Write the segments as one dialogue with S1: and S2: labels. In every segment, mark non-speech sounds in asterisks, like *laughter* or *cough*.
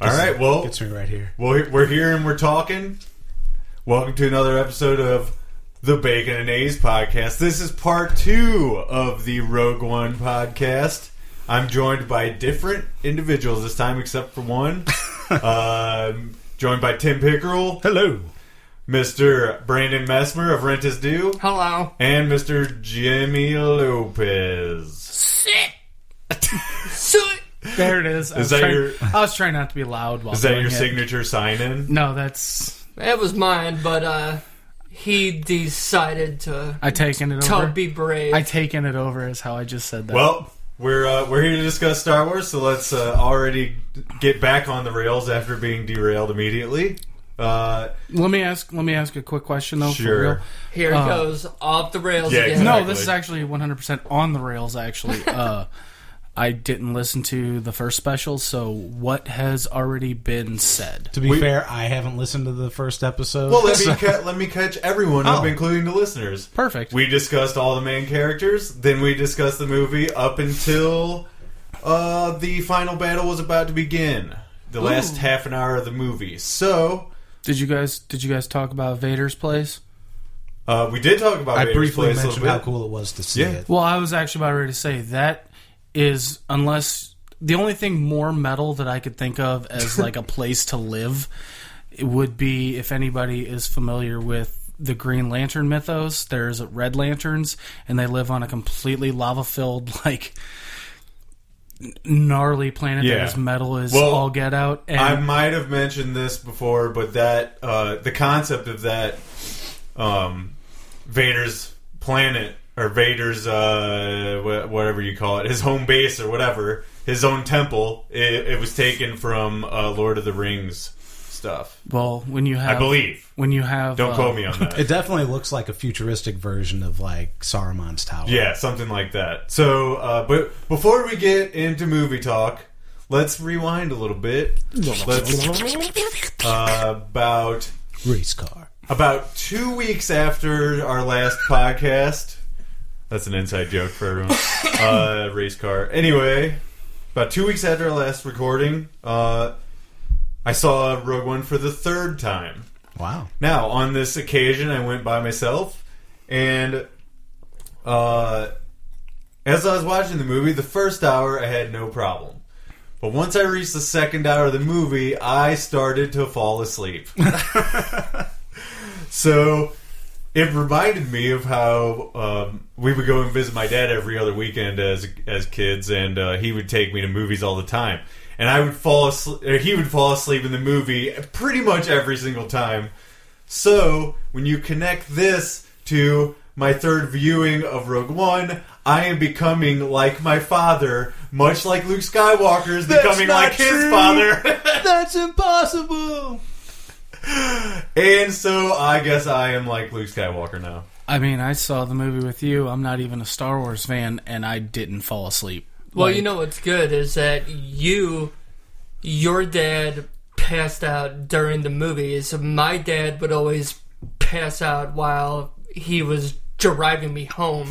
S1: All right.
S2: Oh.
S1: Well,
S3: Gets me right here.
S1: well, we're here and we're talking. Welcome to another episode of the Bacon and A's podcast. This is part two of the Rogue One podcast. I'm joined by different individuals this time, except for one. um, joined by Tim Pickerel,
S3: Hello.
S1: Mr. Brandon Messmer of Rent Is Due,
S2: Hello.
S1: and Mr. Jimmy Lopez.
S4: *laughs*
S2: Sit. Sit. There it is. I
S1: Is
S2: was
S1: that
S2: trying,
S1: your-
S2: I was trying not to be loud while.
S1: Is that
S2: doing
S1: your
S2: it.
S1: signature sign in?
S2: No, that's.
S4: That was mine, but uh, he decided to
S2: I taken it
S4: tell
S2: over.
S4: be brave.
S2: I taken it over is how I just said that.
S1: Well, we're uh, we're here to discuss Star Wars, so let's uh, already get back on the rails after being derailed immediately. Uh,
S2: let me ask. Let me ask a quick question though.
S1: Sure.
S2: For real.
S4: Here he
S2: uh,
S4: goes off the rails
S1: Yeah,
S4: again.
S1: exactly.
S2: No, this is actually 100% on the rails. Actually,
S1: *laughs*
S2: uh, I didn't listen to the first special, so what has already been said?
S3: To be
S1: We-
S3: fair, I haven't listened to the first episode.
S1: well, *laughs* let me ca- let me catch everyone up,
S3: Oh.
S1: including the listeners.
S2: Perfect.
S1: We discussed all the main characters, then we discussed the movie up until uh, the final battle was about to begin. The last half an hour of the movie. So
S2: did you guys? Did you guys talk about Vader's place?
S1: uh, we did talk about.
S3: I
S1: Vader's
S3: briefly
S1: place a little
S3: mentioned
S1: bit.
S3: how cool it was to see
S1: Yeah.
S3: it.
S2: Well, I was actually about ready to say that is unless the only thing more metal that I could think of as
S1: *laughs*
S2: like a place to live would be if anybody is familiar with the Green Lantern mythos. There's Red Lanterns, and they live on a completely lava-filled *laughs* like n- gnarly planet
S1: Yeah.
S2: that is metal is
S1: Well,
S2: all get out. And
S1: I might have mentioned this before, but that uh, the concept of that um, Vader's planet or Vader's uh, wha- whatever you call it, his home base or whatever, his own temple, it, it was taken from uh, Lord of the Rings stuff,
S2: well, when you have
S1: I believe.
S2: when you have
S1: Don't
S2: uh,
S1: quote
S2: *laughs*
S1: me on that.
S3: *laughs* It definitely looks like a futuristic version of like Saruman's tower.
S1: Yeah, something like that. So, uh, but before we get into movie talk, let's rewind a little bit. Let's uh, about
S3: race car.
S1: About two weeks after our last podcast, that's an inside joke for everyone. Uh, race car. Anyway, about two weeks after our last recording, uh, I saw Rogue One for the third time.
S3: Wow.
S1: Now, on this occasion, I went by myself, and uh, as I was watching the movie, the first hour I had no problem. But once I reached the second hour of the movie, I started to fall asleep. so it reminded me of how um, we would go and visit my dad every other weekend as as kids, and uh, he would take me to movies all the time. And I would fall asleep, or he would fall asleep in the movie pretty much every single time. So when you connect this to my third viewing of Rogue One, I am becoming like my father, much like Luke Skywalker is becoming
S3: not
S1: like his
S3: true. *laughs*
S1: father.
S3: That's impossible.
S1: and so I guess I am like Luke Skywalker now.
S2: I mean, I saw the movie with you. I'm not even a Star Wars fan, and I didn't fall asleep.
S4: well,
S2: Like-
S4: you know what's good is that you, your dad, passed out during the movies. My dad would always pass out while he was driving
S5: *laughs*
S4: me home.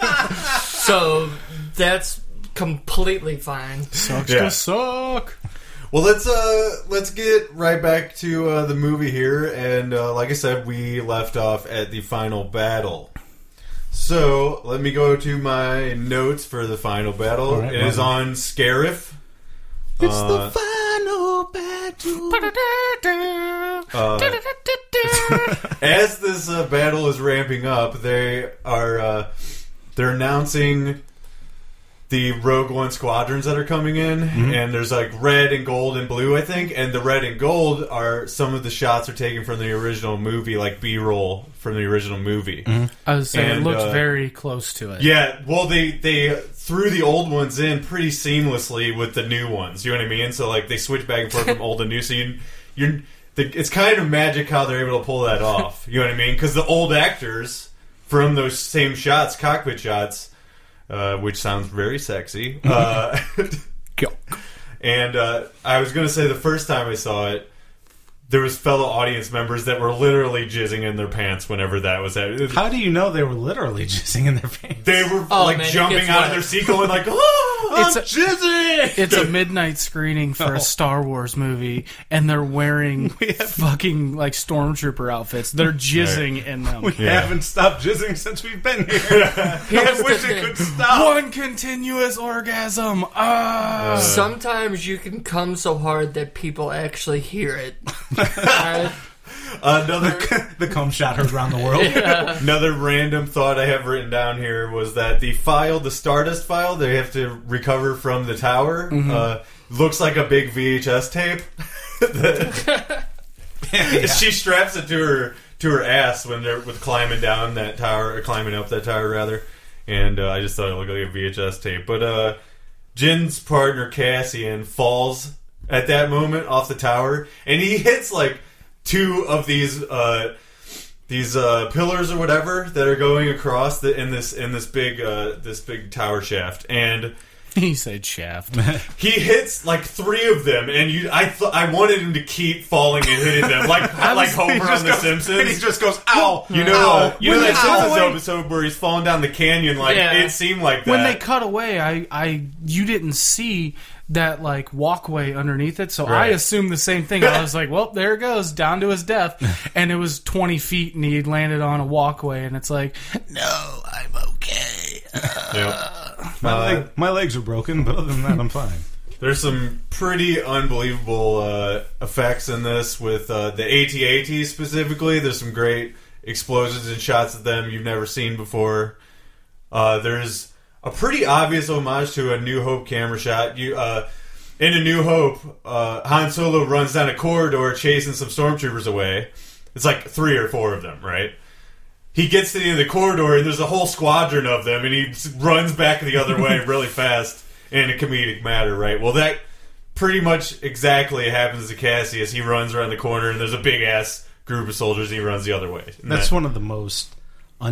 S4: so that's completely fine.
S2: Sucks
S1: Yeah.
S2: to suck.
S1: Well, let's uh let's get right back to uh, the movie here, and uh, like I said, we left off at the final battle. So let me go to my notes for the final battle.
S3: All right,
S1: it is
S3: well-
S1: on Scarif.
S3: It's
S1: Uh,
S3: the final battle.
S1: Uh, as this uh, battle is ramping up, they are uh, they're announcing the Rogue One squadrons that are coming in, and there's like red and gold and blue, I think, and the red and gold are some of the shots are taken from the original movie, like B-roll from the original movie.
S2: *laughs* I was saying
S1: And,
S2: it looks
S1: uh,
S2: very close to it.
S1: Yeah, well, they they threw the old ones in pretty seamlessly with the new ones. You know what I mean? So like they switch back and forth from old to new. So you you're the, it's kind of magic how they're able to pull that off. You know what I mean? Because the old actors from those same shots, cockpit shots, uh, which sounds very sexy. Uh, and uh, I was gonna say the first time I saw it. There was fellow audience members that were literally jizzing in their pants whenever that was happening
S3: How do you know they were literally *laughs* jizzing in their pants?
S1: they were
S4: Oh,
S1: like
S4: man, it
S1: jumping
S4: gets
S1: out of
S4: wet. *laughs*
S1: their sequel and like, oh, I'm
S2: a-
S1: *laughs* jizzy.
S2: It's a midnight screening for a Star Wars movie, and
S1: *laughs*
S2: they're wearing fucking like stormtrooper outfits. They're jizzing in them.
S5: We
S1: Yeah.
S5: haven't stopped jizzing since we've been here. I
S4: Here's
S5: wish
S4: the
S5: it
S4: thing.
S5: could stop.
S2: One continuous orgasm.
S1: Uh.
S2: Ah.
S4: Sometimes you can come so hard that people actually hear it. Alright?
S1: Another
S3: *laughs*
S5: the comb shot heard around the world.
S1: Another random thought I have written down here was that the file, the Stardust file, they have to recover from the tower, uh, looks like a big VHS tape. She straps it to her to her ass when they're with climbing down that tower, or climbing up that tower rather. And uh, I just thought it looked like a VHS tape. But uh, Jin's partner Cassian falls at that moment off the tower, and he hits like two of these. Uh, these uh, pillars or whatever that are going across the, in this in this big uh, this big tower shaft, and
S2: He said shaft. *laughs*
S1: he hits like three of them, and you I th- I wanted him to keep falling and hitting
S5: *laughs*
S1: them like like
S5: He
S1: Homer
S5: just
S1: on The
S5: goes- And he
S1: Simpsons.
S5: just goes, ow!
S1: You know,
S5: ow,
S1: you know
S5: when
S1: that
S5: ow."
S1: Simpsons episode where he's falling down the canyon. Like
S4: Yeah.
S1: it seemed like that.
S2: when they cut away, I, I you didn't see that like walkway underneath it, so I
S1: Right.
S2: assumed the same thing. I was like, well, there it goes down to
S1: *laughs*
S2: his death, and it was twenty feet, and he landed on a walkway, and it's like, no, I'm okay.
S1: Yeah.
S5: My,
S1: Uh,
S5: leg- my legs are broken, but other than that, I'm fine.
S1: There's some pretty unbelievable uh, effects in this with uh, the AT-AT specifically. There's some great explosions and shots of them you've never seen before. Uh, there's a pretty obvious homage to a New Hope camera shot. You uh, in a New Hope, uh, Han Solo runs down a corridor chasing some stormtroopers away. It's like three or four of them, right? He gets to the end of the corridor and there's a whole squadron of them, and he s- runs back the other way really fast in a comedic matter, right? Well, that pretty much exactly happens to Cassie as he runs around the corner and there's a big ass group of soldiers. And he runs the other way. And
S3: That's
S1: that-
S3: one of the most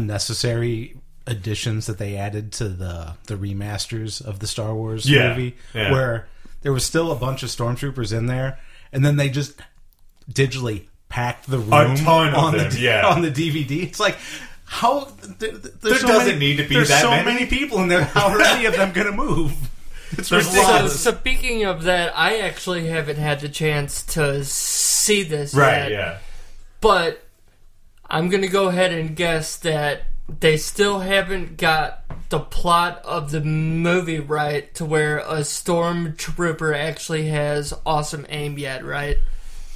S3: unnecessary additions that they added to the the remasters of the Star Wars
S1: Yeah,
S3: movie,
S1: yeah.
S3: where there was still a bunch of stormtroopers in there, and then they just digitally packed the room
S1: ton of
S3: on
S1: them,
S3: the d-
S1: yeah.
S3: on the DVD. It's like how th- th- there's
S1: There
S3: so
S1: doesn't
S3: many,
S1: need to be
S3: there's
S1: that
S3: so
S1: many.
S3: people in there. How are any of them going
S1: *laughs*
S3: to move? It's
S1: There's
S3: ridiculous.
S4: So,
S1: Lots.
S4: speaking of that, I actually haven't had the chance to see this
S1: right,
S4: yet.
S1: yeah.
S4: But I'm gonna go ahead and guess that they still haven't got the plot of the movie right to where a stormtrooper actually has awesome aim yet, right?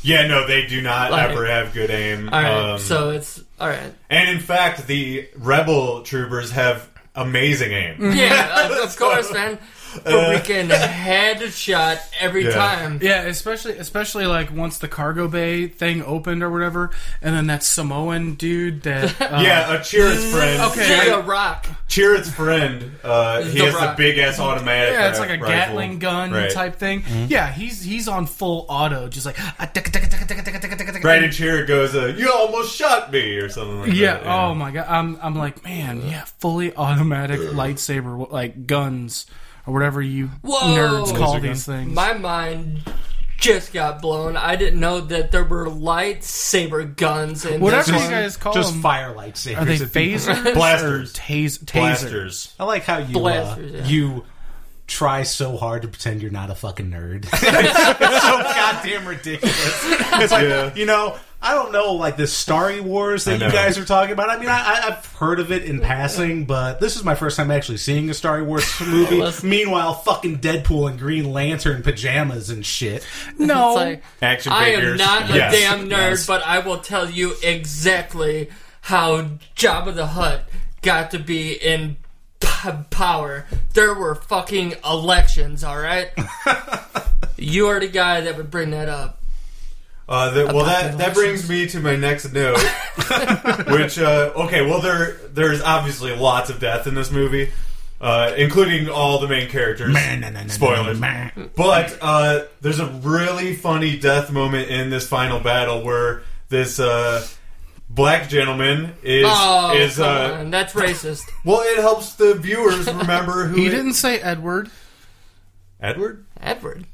S1: Yeah, no, they do not
S4: Like-
S1: ever have good aim.
S4: All right,
S1: Um,
S4: so it's all right.
S1: and in fact, the rebel troopers have amazing aim.
S2: Mm-hmm.
S4: Yeah, of, of course, man. Freaking headshot every
S1: Yeah.
S4: time.
S2: Yeah, especially especially like once the cargo bay thing opened or whatever, and then that Samoan
S1: *laughs*
S2: dude that uh,
S1: yeah, a Chirrut's friend.
S2: Okay.
S4: Jay
S2: I-
S4: a rock.
S1: Chirrut's friend. Uh, he
S4: The
S1: has
S4: Rock.
S1: the big ass automatic.
S2: Yeah, it's
S1: uh,
S2: like a
S1: rifle.
S2: Gatling gun
S1: Right. Mm-hmm.
S2: type thing. Yeah, he's he's on full auto, just like
S1: Right, and Chirrut goes, uh, "You almost shot me," or something like
S2: Yeah.
S1: that.
S2: Oh my god. I'm I'm like, man. Yeah. Fully automatic lightsaber like guns or whatever you
S4: Whoa!
S2: nerds call
S1: Laser gun.
S2: these things.
S4: My mind just got blown. I didn't know that there were lightsaber guns in
S2: whatever
S4: this
S2: you
S4: one.
S2: guys call
S3: Just
S2: them.
S3: fire lightsabers.
S2: Are they
S3: if you-
S2: phasers?
S1: Blasters.
S2: Or tas- tasers.
S1: blasters. *laughs*
S3: I like how you uh,
S4: Blasters, yeah.
S3: you try so hard to pretend you're not a fucking nerd. *laughs*
S5: so goddamn ridiculous.
S2: *laughs*
S5: It's like,
S1: Yeah.
S5: you know, I don't know, like this Starry Wars that
S1: I
S5: you
S1: know.
S5: guys
S3: guys are talking about. I mean, I, I, I've heard of it in passing, but this is my first time actually seeing a Star Wars movie. Meanwhile, fucking Deadpool and Green Lantern pajamas and shit.
S2: No.
S4: It's like,
S1: Action
S4: I am
S1: figures.
S4: not a
S1: Yes.
S4: damn nerd, but I will tell you exactly how Jabba the Hutt got to be in p- power. There were fucking elections, all right? you are the guy that would bring that up.
S1: Uh, that, well, that, that brings me to my
S2: *laughs*
S1: next note, which uh, okay, well there there's obviously lots of death in this movie, uh, including all the main characters. Spoilers. But uh, there's a really funny death moment in this final battle where this uh, black gentleman is
S4: Oh,
S1: is
S4: come
S1: uh,
S4: on. that's racist.
S1: well, it helps the viewers remember
S2: *laughs*
S1: who
S2: He
S1: it-
S2: didn't say Edward.
S1: Edward.
S4: Edward.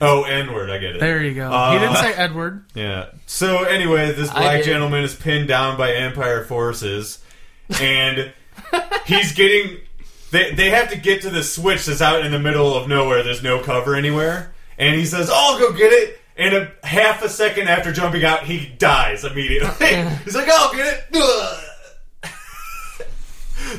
S1: Oh, N word. I get it.
S2: There you go. Uh, he didn't say Edward.
S1: Yeah. So anyway, this
S4: I
S1: black
S4: did.
S1: gentleman is pinned down by Empire forces, and he's getting they they have to get to the switch that's out in the middle of nowhere. There's no cover anywhere, and he says, "Oh, "I'll go get it." And a half a second after jumping out, he dies immediately.
S4: *laughs*
S1: He's like, "I'll get it." *laughs*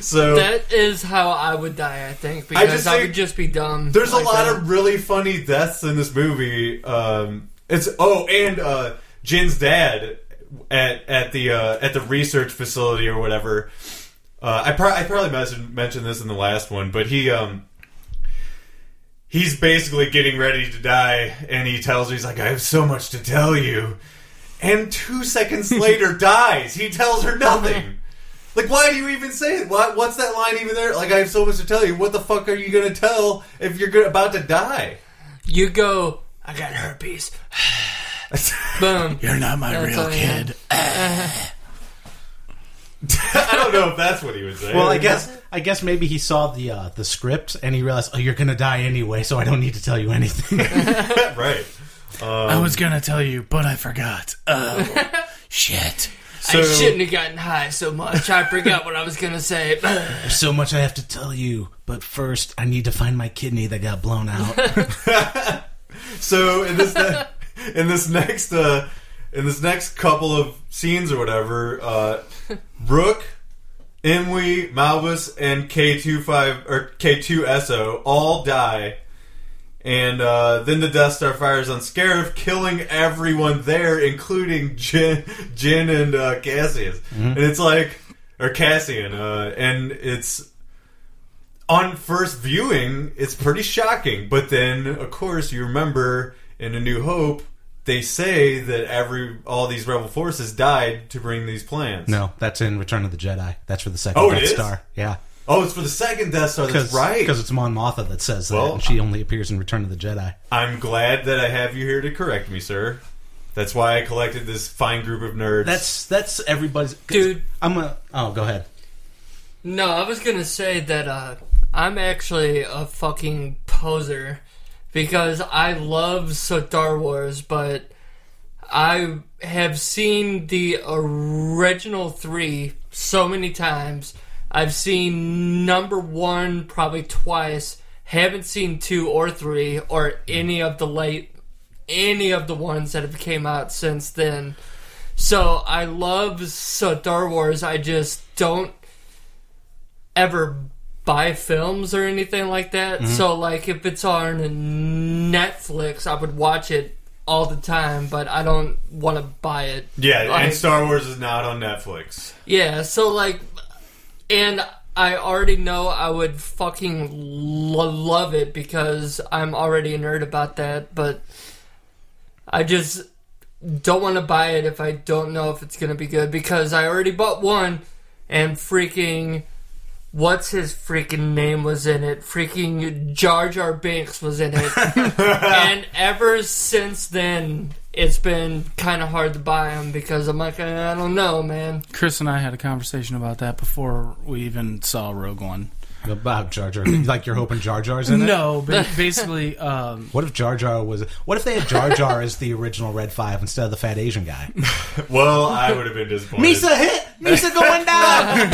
S1: so
S4: That is how I would die, I think, because I,
S1: just
S4: would
S1: think
S4: just be dumb.
S1: there's
S4: like
S1: a lot
S4: that.
S1: of really funny deaths in this movie. Um, it's oh, and uh, Jin's dad at at the uh, at the research facility or whatever. Uh, I, pro- I probably mes- mentioned this in the last one, but he um, he's basically getting ready to die, and he tells her he's like, "I have so much to tell you," and two
S4: *laughs*
S1: seconds later dies. He tells her nothing. Like, why do you even say it? Why, what's that line even there? Like, I have so much to tell you. What the fuck are you going to tell if you're go- about to die?
S4: You go, I got herpes. *sighs* Boom.
S2: You're not my
S4: That's
S2: real
S4: all I had.
S2: kid.
S1: *laughs* I don't know if that's what he was saying.
S3: Well, I guess I guess maybe he saw the uh, the script and he realized, oh, you're gonna die anyway, so I don't need to tell you anything.
S1: *laughs* right.
S2: I was gonna tell you, but I forgot.
S4: *laughs*
S2: Oh, shit.
S4: I
S1: So,
S4: shouldn't have gotten high so much. I forgot what I was gonna say.
S3: There's so much I have to tell you, but first I need to find my kidney that got blown out.
S1: so in this ne- in this next uh, in this next couple of scenes or whatever, uh, Rook, Imwe, Malvis, and K two five or K two So all die, and uh, then the Death Star fires on Scarif, killing everyone there, including *laughs* Jin, Jin and uh, Cassius. And it's like or Cassian, uh, and it's on first viewing, it's pretty shocking. But then, of course, you remember in A New Hope, they say that every all these rebel forces died to bring these plans.
S3: no, that's in Return of the Jedi. That's for the second
S1: Oh, it
S3: Death
S1: is?
S3: Star. Yeah,
S1: Oh, it's for the second Death Star. That's right.
S3: Because it's Mon Mothma that says that,
S1: Well,
S3: and she only appears in Return of the Jedi.
S1: I'm glad that I have you here to correct me, sir. That's why I collected this fine group of nerds.
S3: That's that's everybody's 'cause
S4: Dude.
S3: I'm a oh, go ahead.
S4: No, I was gonna say that uh, I'm actually a fucking poser because I love Star Wars, but I have seen the original three so many times. I've seen number one probably twice. Haven't seen two or three or any of the late any of the ones that have came out since then. So I love Star Wars. I just don't ever buy films or anything like that. So like if it's on Netflix, I would watch it all the time, but I don't want to buy it.
S1: yeah,
S4: Like-
S1: and Star Wars is not on Netflix.
S4: yeah, so like, and I already know I would fucking lo- love it because I'm already a nerd about that, but I just don't want to buy it if I don't know if it's gonna be good because I already bought one and freaking. What's his freaking name was in it? Freaking Jar Jar Binks was in it. and ever since then, it's been kind of hard to buy them because I'm like, "Eh, I don't know, man.
S2: Chris and I had a conversation about that before we even saw Rogue One.
S3: About Jar Jar, like you're hoping Jar Jar's in it.
S2: No, but basically, um,
S3: What if Jar Jar was? What if they had Jar Jar as the original Red Five instead of the fat Asian guy?
S1: Well, I would have been disappointed.
S3: *laughs* hit, Misa going *laughs* down.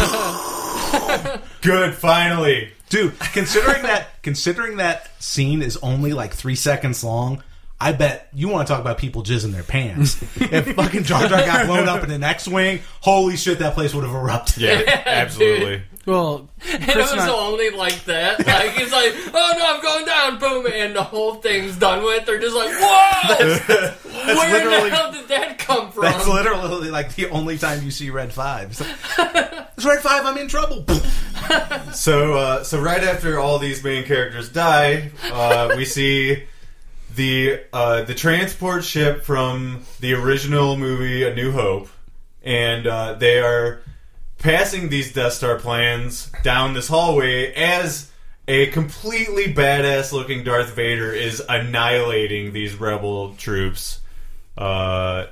S1: Good, finally.
S3: Dude, considering that considering that scene is only like three seconds long, I bet you want to talk about people jizzing their
S2: *laughs*
S3: pants. if fucking Jar Jar got blown up in an X-wing, holy shit, that place would have erupted.
S1: Yeah, absolutely.
S2: well,
S4: And it
S2: Chris
S4: was
S2: and I,
S4: only like
S3: *laughs*
S4: that. Like he's like, oh no, I'm going down, boom, and the whole thing's done with. They're just like,
S3: *laughs*
S4: whoa, where
S3: literally-
S4: the hell did that come from?
S3: *laughs* That's literally like the only time you see Red Five. It's, like, "It's Red Five, I'm in trouble. *laughs*
S1: So, uh, so right after all these main characters die, uh, we see the uh, the transport ship from the original movie A New Hope, and uh, they are passing these Death Star plans down this hallway as a completely badass looking Darth Vader is annihilating these rebel troops. Uh,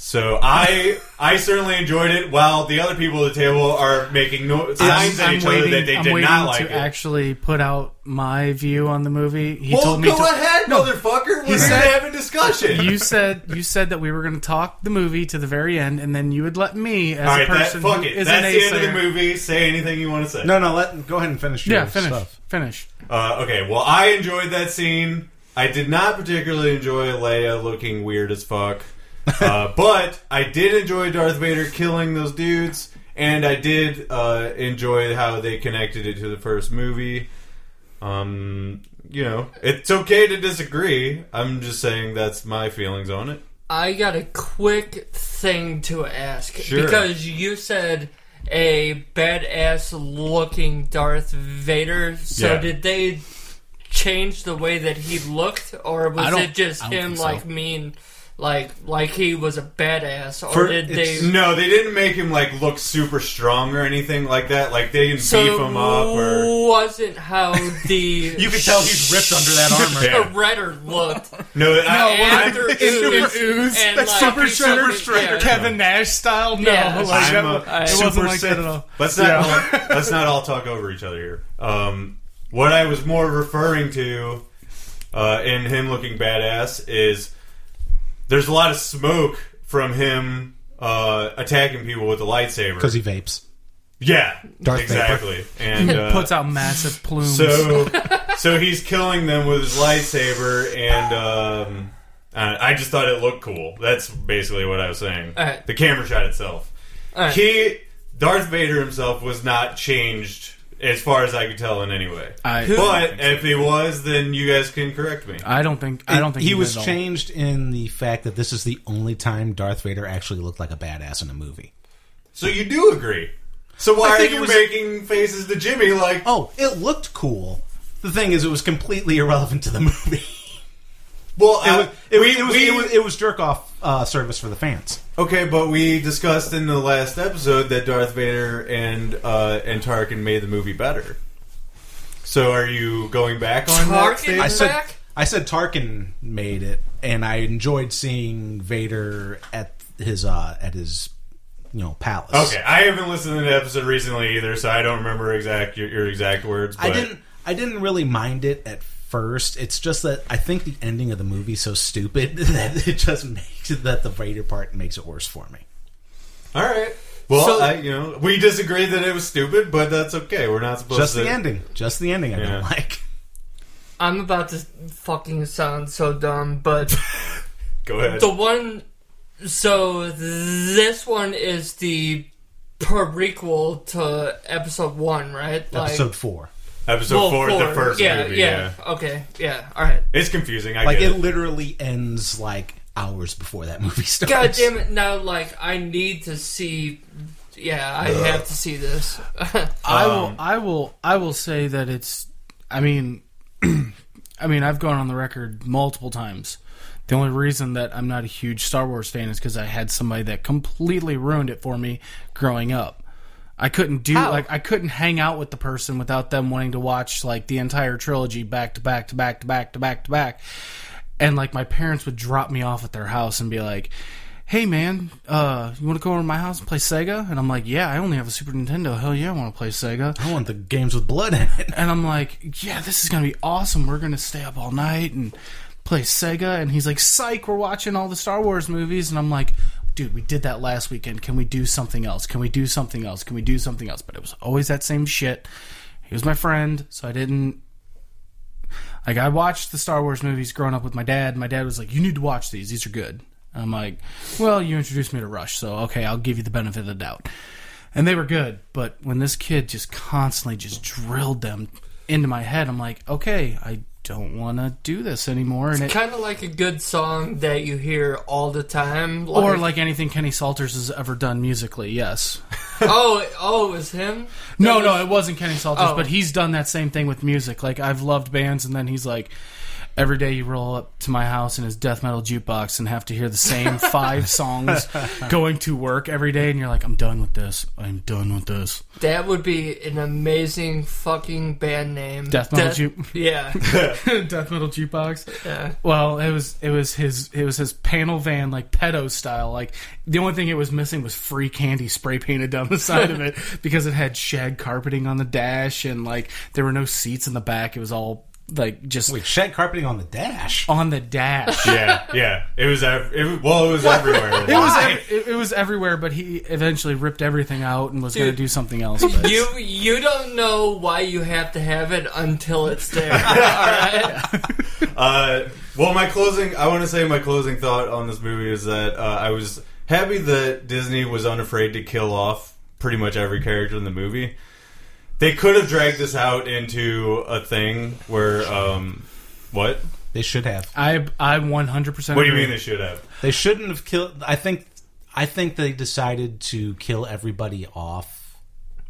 S1: So I I certainly enjoyed it, while the other people at the table are making no- signs at each other that they
S2: I'm
S1: did
S2: waiting
S1: not like it.
S2: to actually put out my view on the movie. He
S1: well,
S2: told me
S1: go
S2: to,
S1: ahead, motherfucker. We're here
S2: said-
S1: to have a discussion.
S2: you said you said that we were going to talk the movie to the very end, and then you would let me as
S1: All
S2: a
S1: right, that,
S2: person
S1: fuck
S2: who
S1: it.
S2: is
S1: That's
S2: an
S1: the end of
S2: naysayer-
S1: the movie. Say anything you want to say.
S3: No, no. Let go ahead and finish. Your
S2: Yeah, finish,
S3: Stuff.
S2: finish.
S1: Uh, okay, well, I enjoyed that scene. I did not particularly enjoy Leia looking weird as fuck,
S3: *laughs*
S1: uh, but I did enjoy Darth Vader killing those dudes, and I did uh, enjoy how they connected it to the first movie. Um, you know, it's okay to disagree. I'm just saying that's my feelings on it.
S4: I got a quick thing to ask
S1: Sure.
S4: because you said a badass looking Darth Vader. So
S1: Yeah.
S4: did they change the way that he looked, or was
S3: don't-
S4: it just
S3: I don't
S4: him
S3: think so.
S4: like mean, like like he was a badass, or
S3: For-
S4: did
S3: it's-
S4: they?
S1: No, they didn't make him like look super strong or anything like that. Like they didn't beef him up or
S4: wasn't how
S1: *laughs*
S4: the
S3: You can tell he's ripped under that armor.
S1: Yeah.
S4: Shredder looked.
S1: *laughs* no. I, I'm-
S4: after ooze, and
S2: That's
S4: like
S2: super
S4: he
S2: shredder,
S4: started- yeah.
S2: Kevin Nash style. No,
S4: Yeah.
S2: like,
S1: I'm
S2: that-
S1: a
S2: it
S3: super
S2: wasn't like
S3: Sith.
S2: that at all.
S1: Let's not all, let's not all talk over each other here. Um, what I was more referring to uh, in him looking badass is there's a lot of smoke from him uh, attacking people with the lightsaber.
S3: Because he vapes.
S1: yeah,
S3: Darth Vader.
S1: exactly. And uh,
S2: *laughs* Puts out massive plumes.
S1: so
S3: *laughs*
S1: so he's killing them with his lightsaber, and um, I I just thought it looked cool. That's basically what I was saying.
S4: Alright.
S1: The camera shot itself.
S4: Alright.
S1: He Darth Vader himself was not changed as far as I could tell in any way.
S2: I,
S1: but if he was, then you guys can correct me.
S2: I don't think I don't think
S3: he,
S2: he, did
S3: was
S2: at all.
S3: changed in the fact that this is the only time Darth Vader actually looked like a badass in a movie.
S1: So you do agree. So why are
S3: think it
S1: you
S3: was-
S1: making faces to Jimmy like?
S3: Oh, it looked cool. The thing is, it was completely irrelevant to
S1: *laughs*
S3: the movie.
S1: Well,
S3: It
S1: uh,
S3: was, it was,
S1: we-
S3: it was,
S1: we-
S3: it was, it was jerk off uh, service for the fans.
S1: Okay, but we discussed in the last episode that Darth Vader and uh, and Tarkin made the movie better. So are you going back on that?
S4: Tarkin?
S1: statement?
S3: I said,
S4: Back?
S3: I said Tarkin made it, and I enjoyed seeing Vader at his uh, at his you know palace.
S1: Okay, I haven't listened to the episode recently either, so I don't remember exact your, your exact words. But
S3: I didn't I didn't really mind it at first. It's just that I think the ending of the movie is so stupid *laughs* that it just makes that the Vader part makes it worse for me.
S1: All right. Well,
S4: So-
S1: I, you know, we disagreed that it was stupid, but that's okay. We're not supposed
S3: Just
S1: to.
S3: the ending. Just the ending I
S1: Yeah.
S3: don't like.
S4: I'm about to fucking sound so dumb, but
S1: Go ahead.
S4: *laughs* the one. So this one is the prequel to episode one, right? Like,
S3: Episode four.
S1: Episode
S4: well,
S1: four, the first
S4: yeah,
S1: movie.
S4: Yeah. Okay. Yeah. All right.
S1: it's confusing. I
S3: Like
S1: get
S3: it
S1: it.
S3: literally ends like hours before that *laughs* movie starts.
S4: God damn it! Now, like, I need to see. Yeah, I have to see this. *laughs*
S2: I
S1: Um,
S2: will I will I will say that it's I mean I mean I've gone on the record multiple times. The only reason that I'm not a huge Star Wars fan is because I had somebody that completely ruined it for me growing up. I couldn't do
S4: How?
S2: like I couldn't hang out with the person without them wanting to watch like the entire trilogy back to back to back to back to back to back. And like my parents would drop me off at their house and be like, "Hey man, uh, you want to go over to my house and play Sega?" And I'm like, "Yeah, I only have a Super Nintendo. Hell yeah, I want to play Sega."
S3: I want the games with blood in it. *laughs*
S2: And I'm like, yeah, this is going to be awesome. We're going to stay up all night and play Sega. And he's like, psych, we're watching all the Star Wars movies. And I'm like, dude, we did that last weekend. Can we do something else? Can we do something else? Can we do something else? But it was always that same shit. He was my friend, so I didn't. Like, I watched the Star Wars movies growing up with my dad. My dad was like, you need to watch these. These are good. And I'm like, well, you introduced me to Rush, so okay, I'll give you the benefit of the doubt and they were good but when this kid just constantly just drilled them into my head i'm like okay i don't want to do this anymore and it,
S4: kind of like a good song that you hear all the time. Like,
S2: or like anything kenny salters has ever done musically yes
S4: oh, oh, it was him.
S2: no no it wasn't kenny salters
S4: Oh.
S2: but he's done that same thing with music like i've loved bands and then he's like every day you roll up to my house in his death metal jukebox and have to hear the *laughs* same five songs going to work every day, and you're like, I'm done with this. I'm done with this.
S4: That would be an amazing fucking band name.
S2: Death Metal Ju- *laughs* *laughs*
S4: Yeah.
S2: death metal jukebox.
S4: yeah.
S2: Well, it was it was his it was his panel van like pedo style. Like the only thing it was missing was free candy spray painted down the side *laughs* of it because it had shag carpeting on the dash and like there were no seats in the back. It was all like just
S3: Wait, shed carpeting on the dash.
S2: on the
S1: *laughs*
S2: dash.
S1: yeah, yeah. It was. ev- It, was- well, it was everywhere.
S2: It was ev- it, it was everywhere, but he eventually ripped everything out and was going to
S4: Dude.
S2: do something else. But
S4: You you don't know why you have to have it until
S2: *laughs*
S4: it's there. All right.
S1: Uh, well, my closing. I want to say my closing thought on this movie is that uh, I was happy that Disney was unafraid to kill off pretty much every character in the movie. They could have dragged this out into a thing where, um, what?
S3: They should have.
S2: I I 100. percent
S1: What do you mean they should have?
S3: They shouldn't have killed. I think. I think they decided to kill everybody off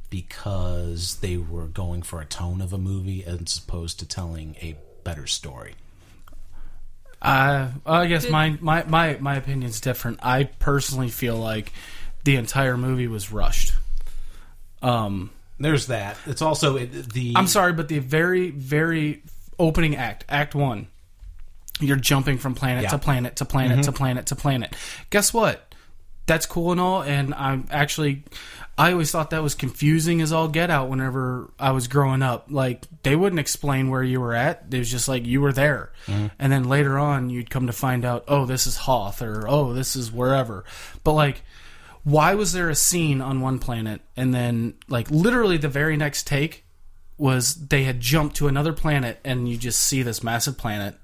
S3: because they were going for a tone of a movie as opposed to telling a better story.
S2: Uh, I guess my, my my my opinion's different. I personally feel like the entire movie was rushed. Um,
S3: There's that. It's also it, the.
S1: Mm.
S2: I'm sorry, but the very very opening act, Act One, you're jumping from planet
S3: Yeah.
S2: to planet to planet to planet to planet. Guess what? That's cool and all, and I'm actually, I always thought that was confusing as all get out. Whenever I was growing up, like they wouldn't explain where you were at. It was just like you were there, and then later on you'd come to find out, oh, this is Hoth, or oh, this is wherever. But like, why was there a scene on one planet and then like literally the very next take was they had jumped to another planet and you just see this massive planet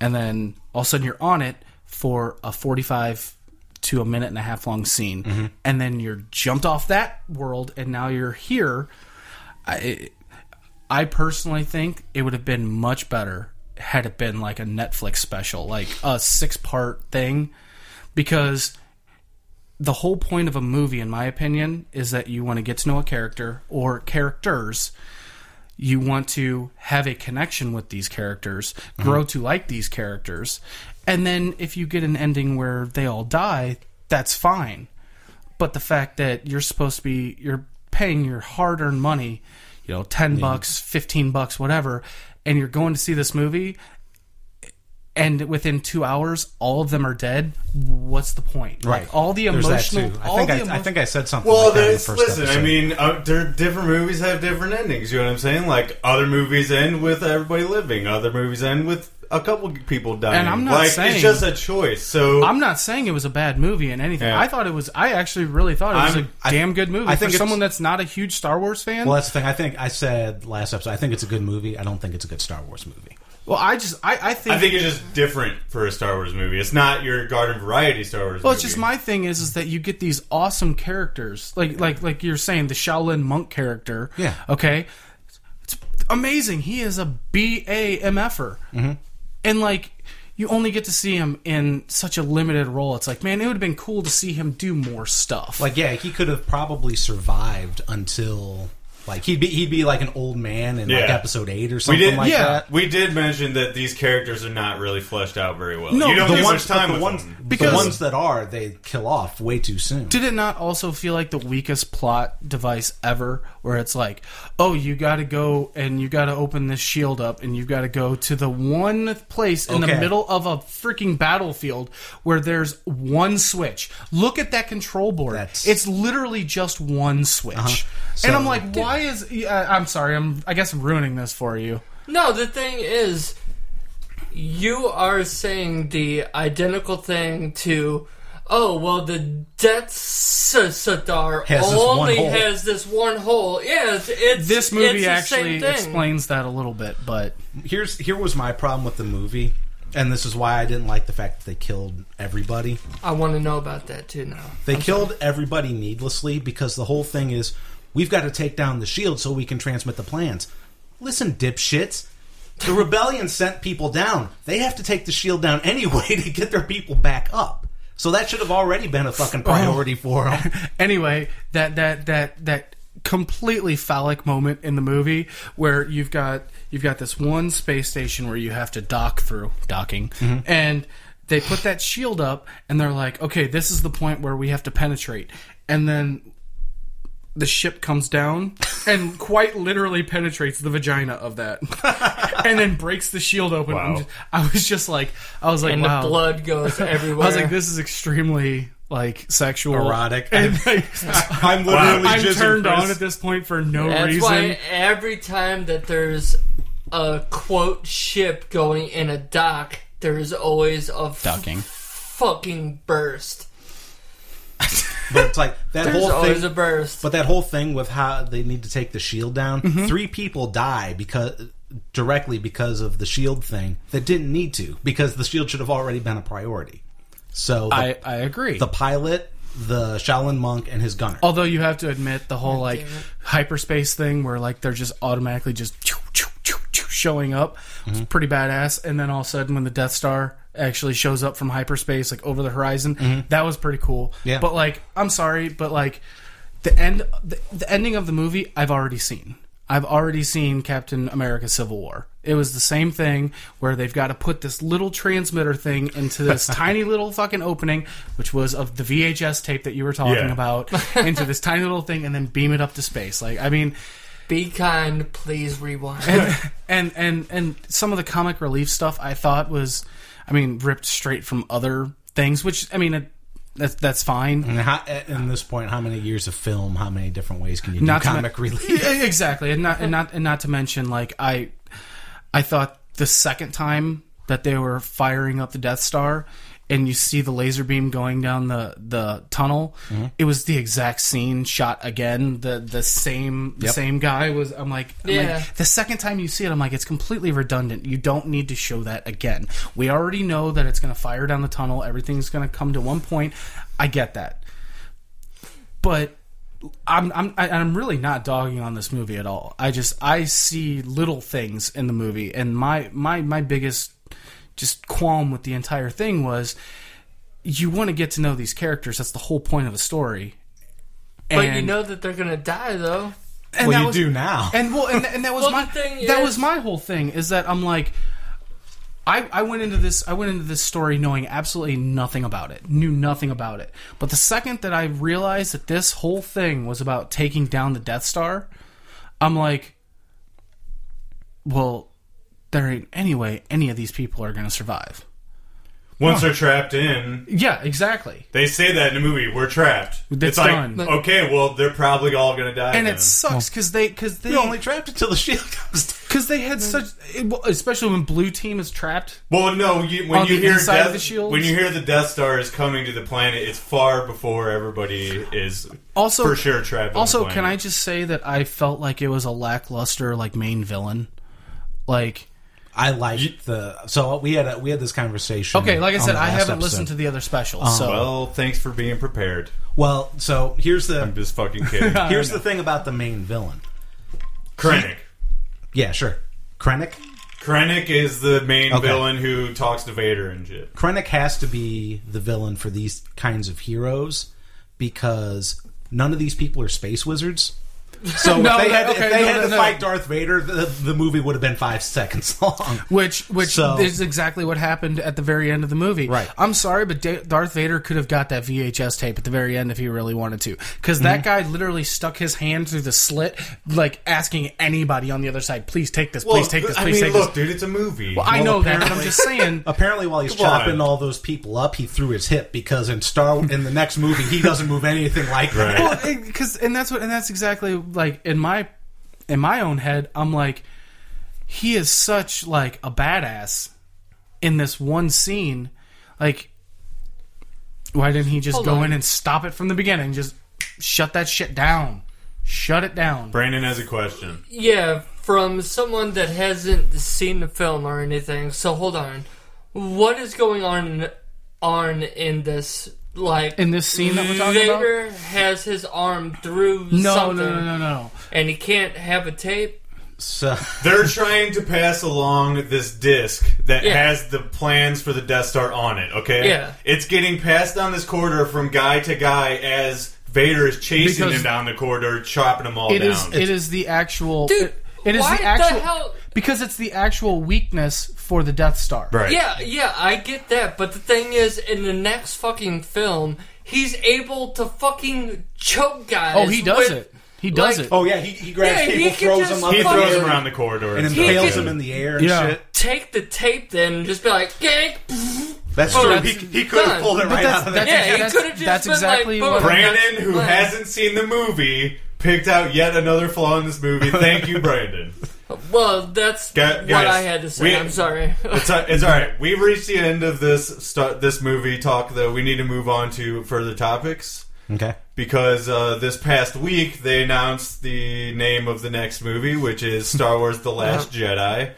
S2: and then all of a sudden you're on it for a 45 to a minute and a half long scene and then you're jumped off that world and now you're here i i personally think it would have been much better had it been like a netflix special like a six part thing because the whole point of a movie in my opinion is that you want to get to know a character or characters you want to have a connection with these characters, grow
S3: Mm-hmm.
S2: to like these characters, and then if you get an ending where they all die, that's fine. But the fact that you're supposed to be you're paying your hard-earned money, you know, 10 bucks, 15 bucks, whatever, and you're going to see this movie and within 2 hours all of them are dead, what's the point? Like, all the
S3: There's that
S2: emotional
S3: too. I
S2: all
S3: think
S2: the
S3: I,
S2: emo-
S3: I think I said something.
S1: Well,
S3: like that in the
S1: there's,
S3: first
S1: listen.
S3: episode.
S1: I mean, uh, there, different movies have different endings. You know what I'm saying? Like other movies end with everybody living. Other movies end with a couple people dying.
S2: And I'm not
S1: like,
S2: saying-
S1: it's just a choice. So
S2: I'm not saying it was a bad movie and anything.
S1: Yeah.
S2: I thought it was. I actually really thought it was
S1: I'm-
S2: a damn good movie
S3: I
S2: for
S3: think it's-
S2: someone that's not a huge Star Wars fan.
S3: Well,
S2: Well,
S3: that's the thing. I think I said last episode. I think it's a good movie. I don't think it's a good Star Wars movie.
S2: I just I, I think.
S1: I think it's just different for a Star Wars movie. It's not your garden variety Star Wars.
S2: well,
S1: movie.
S2: it's just my thing is is that you get these awesome characters, like like like you're saying the Shaolin monk character.
S3: Yeah.
S2: Okay. It's amazing. He is a B A M F-er.
S3: Mm-hmm.
S2: and like you only get to see him in such a limited role. It's like, man, it would have been cool to see him do more stuff.
S3: Like, yeah, he could have probably survived until like he'd be he'd be like an old man in like
S1: Yeah.
S3: episode eight or
S1: we
S3: something
S1: did.
S3: like
S1: yeah,
S3: that.
S1: we did mention that these characters are not really fleshed out very well.
S2: No,
S1: you don't
S2: the
S1: get
S3: ones-
S1: much time
S3: the
S1: with
S3: ones-
S1: them.
S2: Because-
S3: the ones that are, they kill off way too soon.
S2: Did it not also feel like the weakest plot device ever? Where it's like, oh, you got to go and you got to open this shield up and you got to go to the one place in the
S3: Okay.
S2: middle of a freaking battlefield where there's one switch. Look at that control board.
S3: That's- Uh-huh.
S2: It's literally just one switch.
S3: So-
S2: and I'm like, why is? Uh, I'm sorry. I'm. I guess I'm ruining this for you.
S4: No, the thing is, you are saying the identical thing to, oh, well, the Death Sitar
S3: Has this one
S4: only
S3: hole.
S4: has this one hole. Yeah, it's, it's
S2: This
S4: it's
S2: movie
S4: the
S2: actually
S4: same thing.
S2: explains that a little bit, but
S3: Here's here was my problem with the movie, and this is why I didn't like the fact that they killed everybody.
S4: I want to know about that too now.
S3: They killed everybody needlessly because the whole thing is we've got to take down the shield so we can transmit the plans. Listen, dipshits.
S4: *laughs*
S3: The rebellion sent people down. They have to take the shield down anyway *laughs* to get their people back up.
S4: Oh. *laughs*
S3: So that should have already been a fucking priority for them.
S2: anyway, that that that that completely phallic moment in the movie where you've got you've got this one space station where you have to dock through docking and they put that shield up and they're like okay this is the point where we have to penetrate and then the ship comes down and quite literally penetrates the vagina of that and then breaks the shield open
S1: Wow.
S2: And i was just like i was like
S4: and
S2: wow
S4: the blood goes
S2: *laughs*
S4: everywhere.
S2: i was like this is extremely like sexual
S3: Erotic.
S2: and *laughs* like
S3: *laughs*
S4: *laughs*
S3: I'm literally
S2: I'm
S3: jizzing,
S2: turned
S3: Chris.
S2: on at this point for no
S4: That's
S2: reason.
S4: why every time that there's a quote ship going in a dock, there's always a f-
S2: Docking.
S4: fucking burst.
S3: But it's like that
S4: There's
S3: whole
S4: always
S3: thing.
S4: a burst.
S3: But that whole thing with how they need to take the shield down,
S2: Mm-hmm.
S3: three people die because directly because of the shield thing that didn't need to because the shield should have already been a priority. So the,
S2: I, I agree.
S3: the pilot, the Shaolin monk, and his gunner.
S2: Although you have to admit the whole like
S4: damn it.
S2: hyperspace thing where like they're just automatically just choo, choo, choo, choo, showing up. It's pretty badass. And then all of a sudden when the Death Star actually shows up from hyperspace like over the horizon, that was pretty cool.
S3: Yeah.
S2: But like I'm sorry, but like the end the, the ending of the movie I've already seen. I've already seen Captain America Civil War. It was the same thing where they've got to put this little transmitter thing into this tiny little fucking opening, which was of the VHS tape that you were talking
S1: Yeah.
S2: about, into this tiny little thing and then beam it up to space. Like, I mean,
S4: Be kind, please rewind.
S2: and and and some of the comic relief stuff I thought was, I mean, ripped straight from other things, which I mean, it, that's that's fine.
S3: And how, at in this point, how many years of film? How many different ways can you do
S2: Not to
S3: comic
S2: men-
S3: relief?
S2: *laughs* Yeah, exactly, and not and not and not to mention like I, I thought the second time that they were firing up the Death Star, and you see the laser beam going down the the tunnel,
S3: Mm-hmm.
S2: it was the exact scene shot again. the The same the same guy was. I'm like, I'm like,
S4: Yeah.
S2: the second time you see it, I'm like, it's completely redundant. You don't need to show that again. We already know that it's going to fire down the tunnel. Everything's going to come to one point. I get that but I'm I'm I- I'm really not dogging on this movie at all. I just I see little things in the movie, and my my my biggest just qualm with the entire thing was you want to get to know these characters. That's the whole point of the story.
S4: but you
S2: And-
S4: know that they're gonna die though.
S2: and
S3: well,
S2: that
S3: you
S2: was-
S3: do now.
S2: and well, and, and that was
S4: Well,
S2: my
S4: the thing
S2: that
S4: is-
S2: was my whole thing is that I'm like, I I went into this I went into this story knowing absolutely nothing about it, knew nothing about it. But the second that I realized that this whole thing was about taking down the Death Star, I'm like, well, there ain't any way any of these people are going to survive.
S1: Once they're trapped in,
S2: Yeah, exactly.
S1: they say that in the movie. We're trapped.
S2: That's
S1: it's like
S2: done. But-
S1: okay, well they're probably all gonna die.
S2: And
S1: then.
S2: it sucks because they because they
S3: *laughs*
S2: Mm.
S3: you only trapped until the shield comes down.
S2: because they had such it- well, especially when blue team is trapped
S1: well, no, you, when
S2: On
S1: you
S2: the
S1: hear
S2: inside of
S1: Death-
S2: the shields?
S1: when you hear the Death Star is coming to the planet, it's far before everybody is
S2: Also-
S1: for sure trapped.
S2: Also,
S1: on the
S2: can I
S1: planet.
S2: just say that I felt like it was a lackluster like main villain, like
S3: I liked the. So we had a, we had this conversation.
S2: okay, like I
S3: on
S2: said,
S3: the
S2: I
S3: last
S2: haven't
S3: episode. Um,
S2: listened to the other specials, so
S1: Well, thanks for being prepared.
S3: Well, so here's
S1: I'm
S2: *laughs*
S3: the
S1: just fucking kidding.
S3: here's the thing about the main villain.
S1: Krennic.
S3: Yeah, sure. Krennic.
S1: Krennic is the main
S3: Okay.
S1: villain who talks to Vader and shit.
S3: Krennic has to be the villain for these kinds of heroes because none of these people are space wizards.
S2: *laughs*
S3: So
S2: No,
S3: if they had,
S2: that- okay,
S3: if they
S2: no,
S3: had
S2: no,
S3: to
S2: no.
S3: fight Darth Vader, the, the movie would have been five *laughs* seconds long.
S2: which which
S3: So-
S2: is exactly what happened at the very end of the movie.
S3: Right.
S2: I'm sorry, but Da- Darth Vader could have got that VHS tape at the very end if he really wanted to, because
S3: Mm-hmm.
S2: that guy literally stuck his hand through the slit, like asking anybody on the other side, "Please take this, please take this,
S1: I
S2: please
S1: mean,
S2: take
S1: look,
S2: this."
S1: dude, it's a movie.
S2: I know that, but I'm
S3: apparently-
S2: just saying.
S3: Apparently, while he's
S1: Come on.
S3: chopping all those people up, he threw his hip because in Star in the next movie he doesn't move anything like that.
S1: Right.
S2: well, because and that's what and that's exactly like in my in my own head i'm like he is such like a badass in this one scene like why didn't he just
S4: Hold
S2: go
S4: on.
S2: in and stop it from the beginning just shut that shit down shut it down
S1: Brandon has a question.
S4: Yeah, from someone that hasn't seen the film or anything. So hold on. What is going on on in this like
S2: In this scene that we're talking
S4: Vader
S2: about?
S4: has his arm through
S2: no, no
S4: something
S2: no no no
S4: and he can't have a tape.
S3: So
S1: They're trying to pass along this disc that
S4: Yeah.
S1: has the plans for the Death Star on it, okay?
S4: Yeah.
S1: It's getting passed down this corridor from guy to guy as Vader is chasing
S2: Because-
S1: him down the corridor, chopping them all
S2: It
S1: down.
S2: is. It is the actual.
S4: Dude,
S2: it- it is
S4: why
S2: the
S4: the
S2: actual
S4: hell-
S2: because it's the actual weakness for the Death Star.
S1: right.
S4: Yeah, yeah, I get that. But the thing is, in the next fucking film, he's able to fucking choke guys.
S2: Oh, he does
S4: with-
S2: it. He does
S4: like-
S2: it.
S3: Oh yeah, he, he grabs
S4: Yeah, he
S3: people,
S4: can
S3: throws
S4: just
S3: them up,
S1: He
S3: in the
S1: throws
S3: air
S1: him around the corridor
S3: and
S1: and
S4: He
S3: impales
S4: can-
S3: him in the air and
S2: Yeah.
S3: shit.
S4: Take the tape then and just be like, gang.
S3: That's
S4: Oh,
S3: true.
S4: that's-
S3: he he could have
S4: done.
S3: pulled it right
S2: that's-
S3: out of
S2: that's-
S3: that.
S4: Yeah, he
S2: that's-
S4: could have just
S2: that's
S4: been
S2: exactly
S4: like,
S2: what-
S4: boom.
S1: Brandon, who
S4: Like,
S1: hasn't seen the movie, picked out yet another flaw in this movie. Thank you, Brandon.
S4: Well, that's
S1: Gu-
S4: what
S1: guys,
S4: I had to say.
S1: we- *laughs*
S4: I'm sorry.
S1: It's, a- it's all right. We've reached the end of this stu- this movie talk, though. We need to move on to further topics
S3: Okay.
S1: because uh, this past week they announced the name of the next movie, which is Star Wars: The Last Jedi.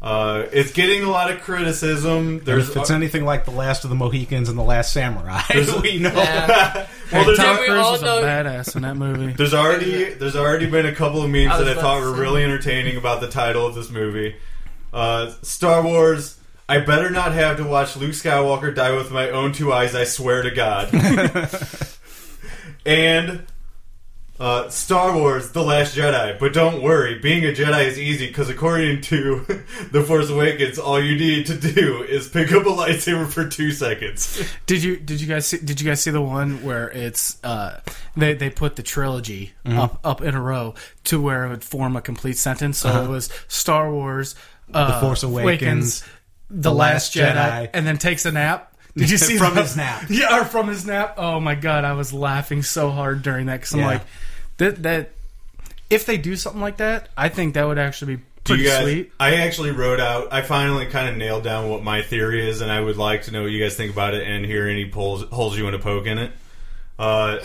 S1: Uh, it's getting a lot of criticism. There's
S3: if
S1: *laughs*
S3: it's anything like the last of the Mohicans and the last samurai, we know.
S4: Yeah.
S1: well,
S2: Hey,
S1: there's,
S2: Tom
S1: al-
S4: we
S2: Cruise
S4: all
S2: was a
S4: know-
S2: badass in that movie.
S1: there's already there's already been a couple of memes
S4: I was
S1: that I
S4: about
S1: thought
S4: to
S1: were
S4: say.
S1: really entertaining about the title of this movie. Uh, Star Wars. I better not have to watch Luke Skywalker die with my own two eyes. I swear to God. and uh, Star Wars: The Last Jedi. But don't worry, being a Jedi is easy because according to *laughs* The Force Awakens, all you need to do is pick up a lightsaber for two seconds.
S2: *laughs* Did you did you guys see, did you guys see the one where it's uh, they they put the trilogy up up in a row to where it would form a complete sentence? So it was Star Wars, uh,
S3: The Force Awakens,
S2: The Last Jedi, and then takes a nap. Did you *laughs* see
S3: From
S2: that?
S3: his nap.
S2: Yeah, or from his nap. Oh my god, I was laughing so hard during that because I'm
S3: Yeah.
S2: like that that if they do something like that, I think that would actually be
S1: Do
S2: pretty
S1: you guys,
S2: sweet.
S1: I actually wrote out. I finally kind of nailed down what my theory is, and I would like to know what you guys think about it and hear any holes, holes you want to poke in it.
S2: *laughs*
S1: Uh,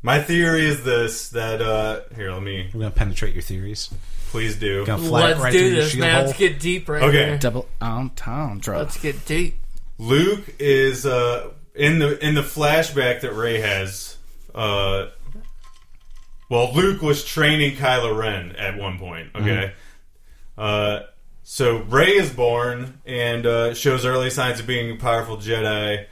S1: my theory is this: that uh, here, let me
S3: We're gonna penetrate your theories.
S1: please do.
S3: Gonna fly
S4: Let's
S3: right through
S4: do
S3: your
S4: this,
S3: shield
S4: man.
S3: hole.
S4: Let's get deep right
S1: Okay.
S4: here.
S2: Double entendre.
S4: Let's get deep.
S1: Luke is uh, in the in the flashback that Ray has. Uh, well, Luke was training Kylo Ren at one point. Okay, uh, so Ray is born and uh, shows early signs of being a powerful Jedi.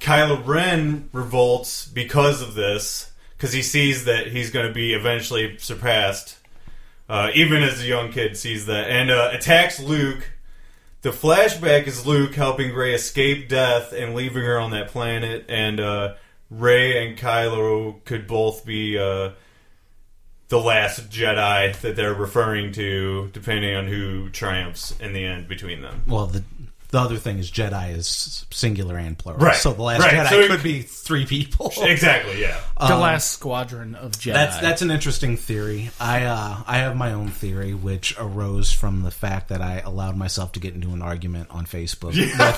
S1: Kylo Ren revolts because of this, because he sees that he's going to be eventually surpassed. Uh, even as a young kid, sees that and uh, attacks Luke. The flashback is Luke helping Rey escape death and leaving her on that planet, and uh, Rey and Kylo could both be uh, the last Jedi that they're referring to, depending on who triumphs in the end between them.
S3: Well, the the other thing is Jedi is singular and plural.
S1: Right.
S3: So the last
S1: Right.
S3: Jedi
S1: So it-
S3: could be three people.
S1: Exactly, yeah.
S2: the last squadron of Jedi.
S3: *laughs* Uh, That's that's an interesting theory. I uh, I have my own theory, which arose from the fact that I allowed myself to get into an argument on
S1: *laughs*
S3: Facebook with, with
S1: That's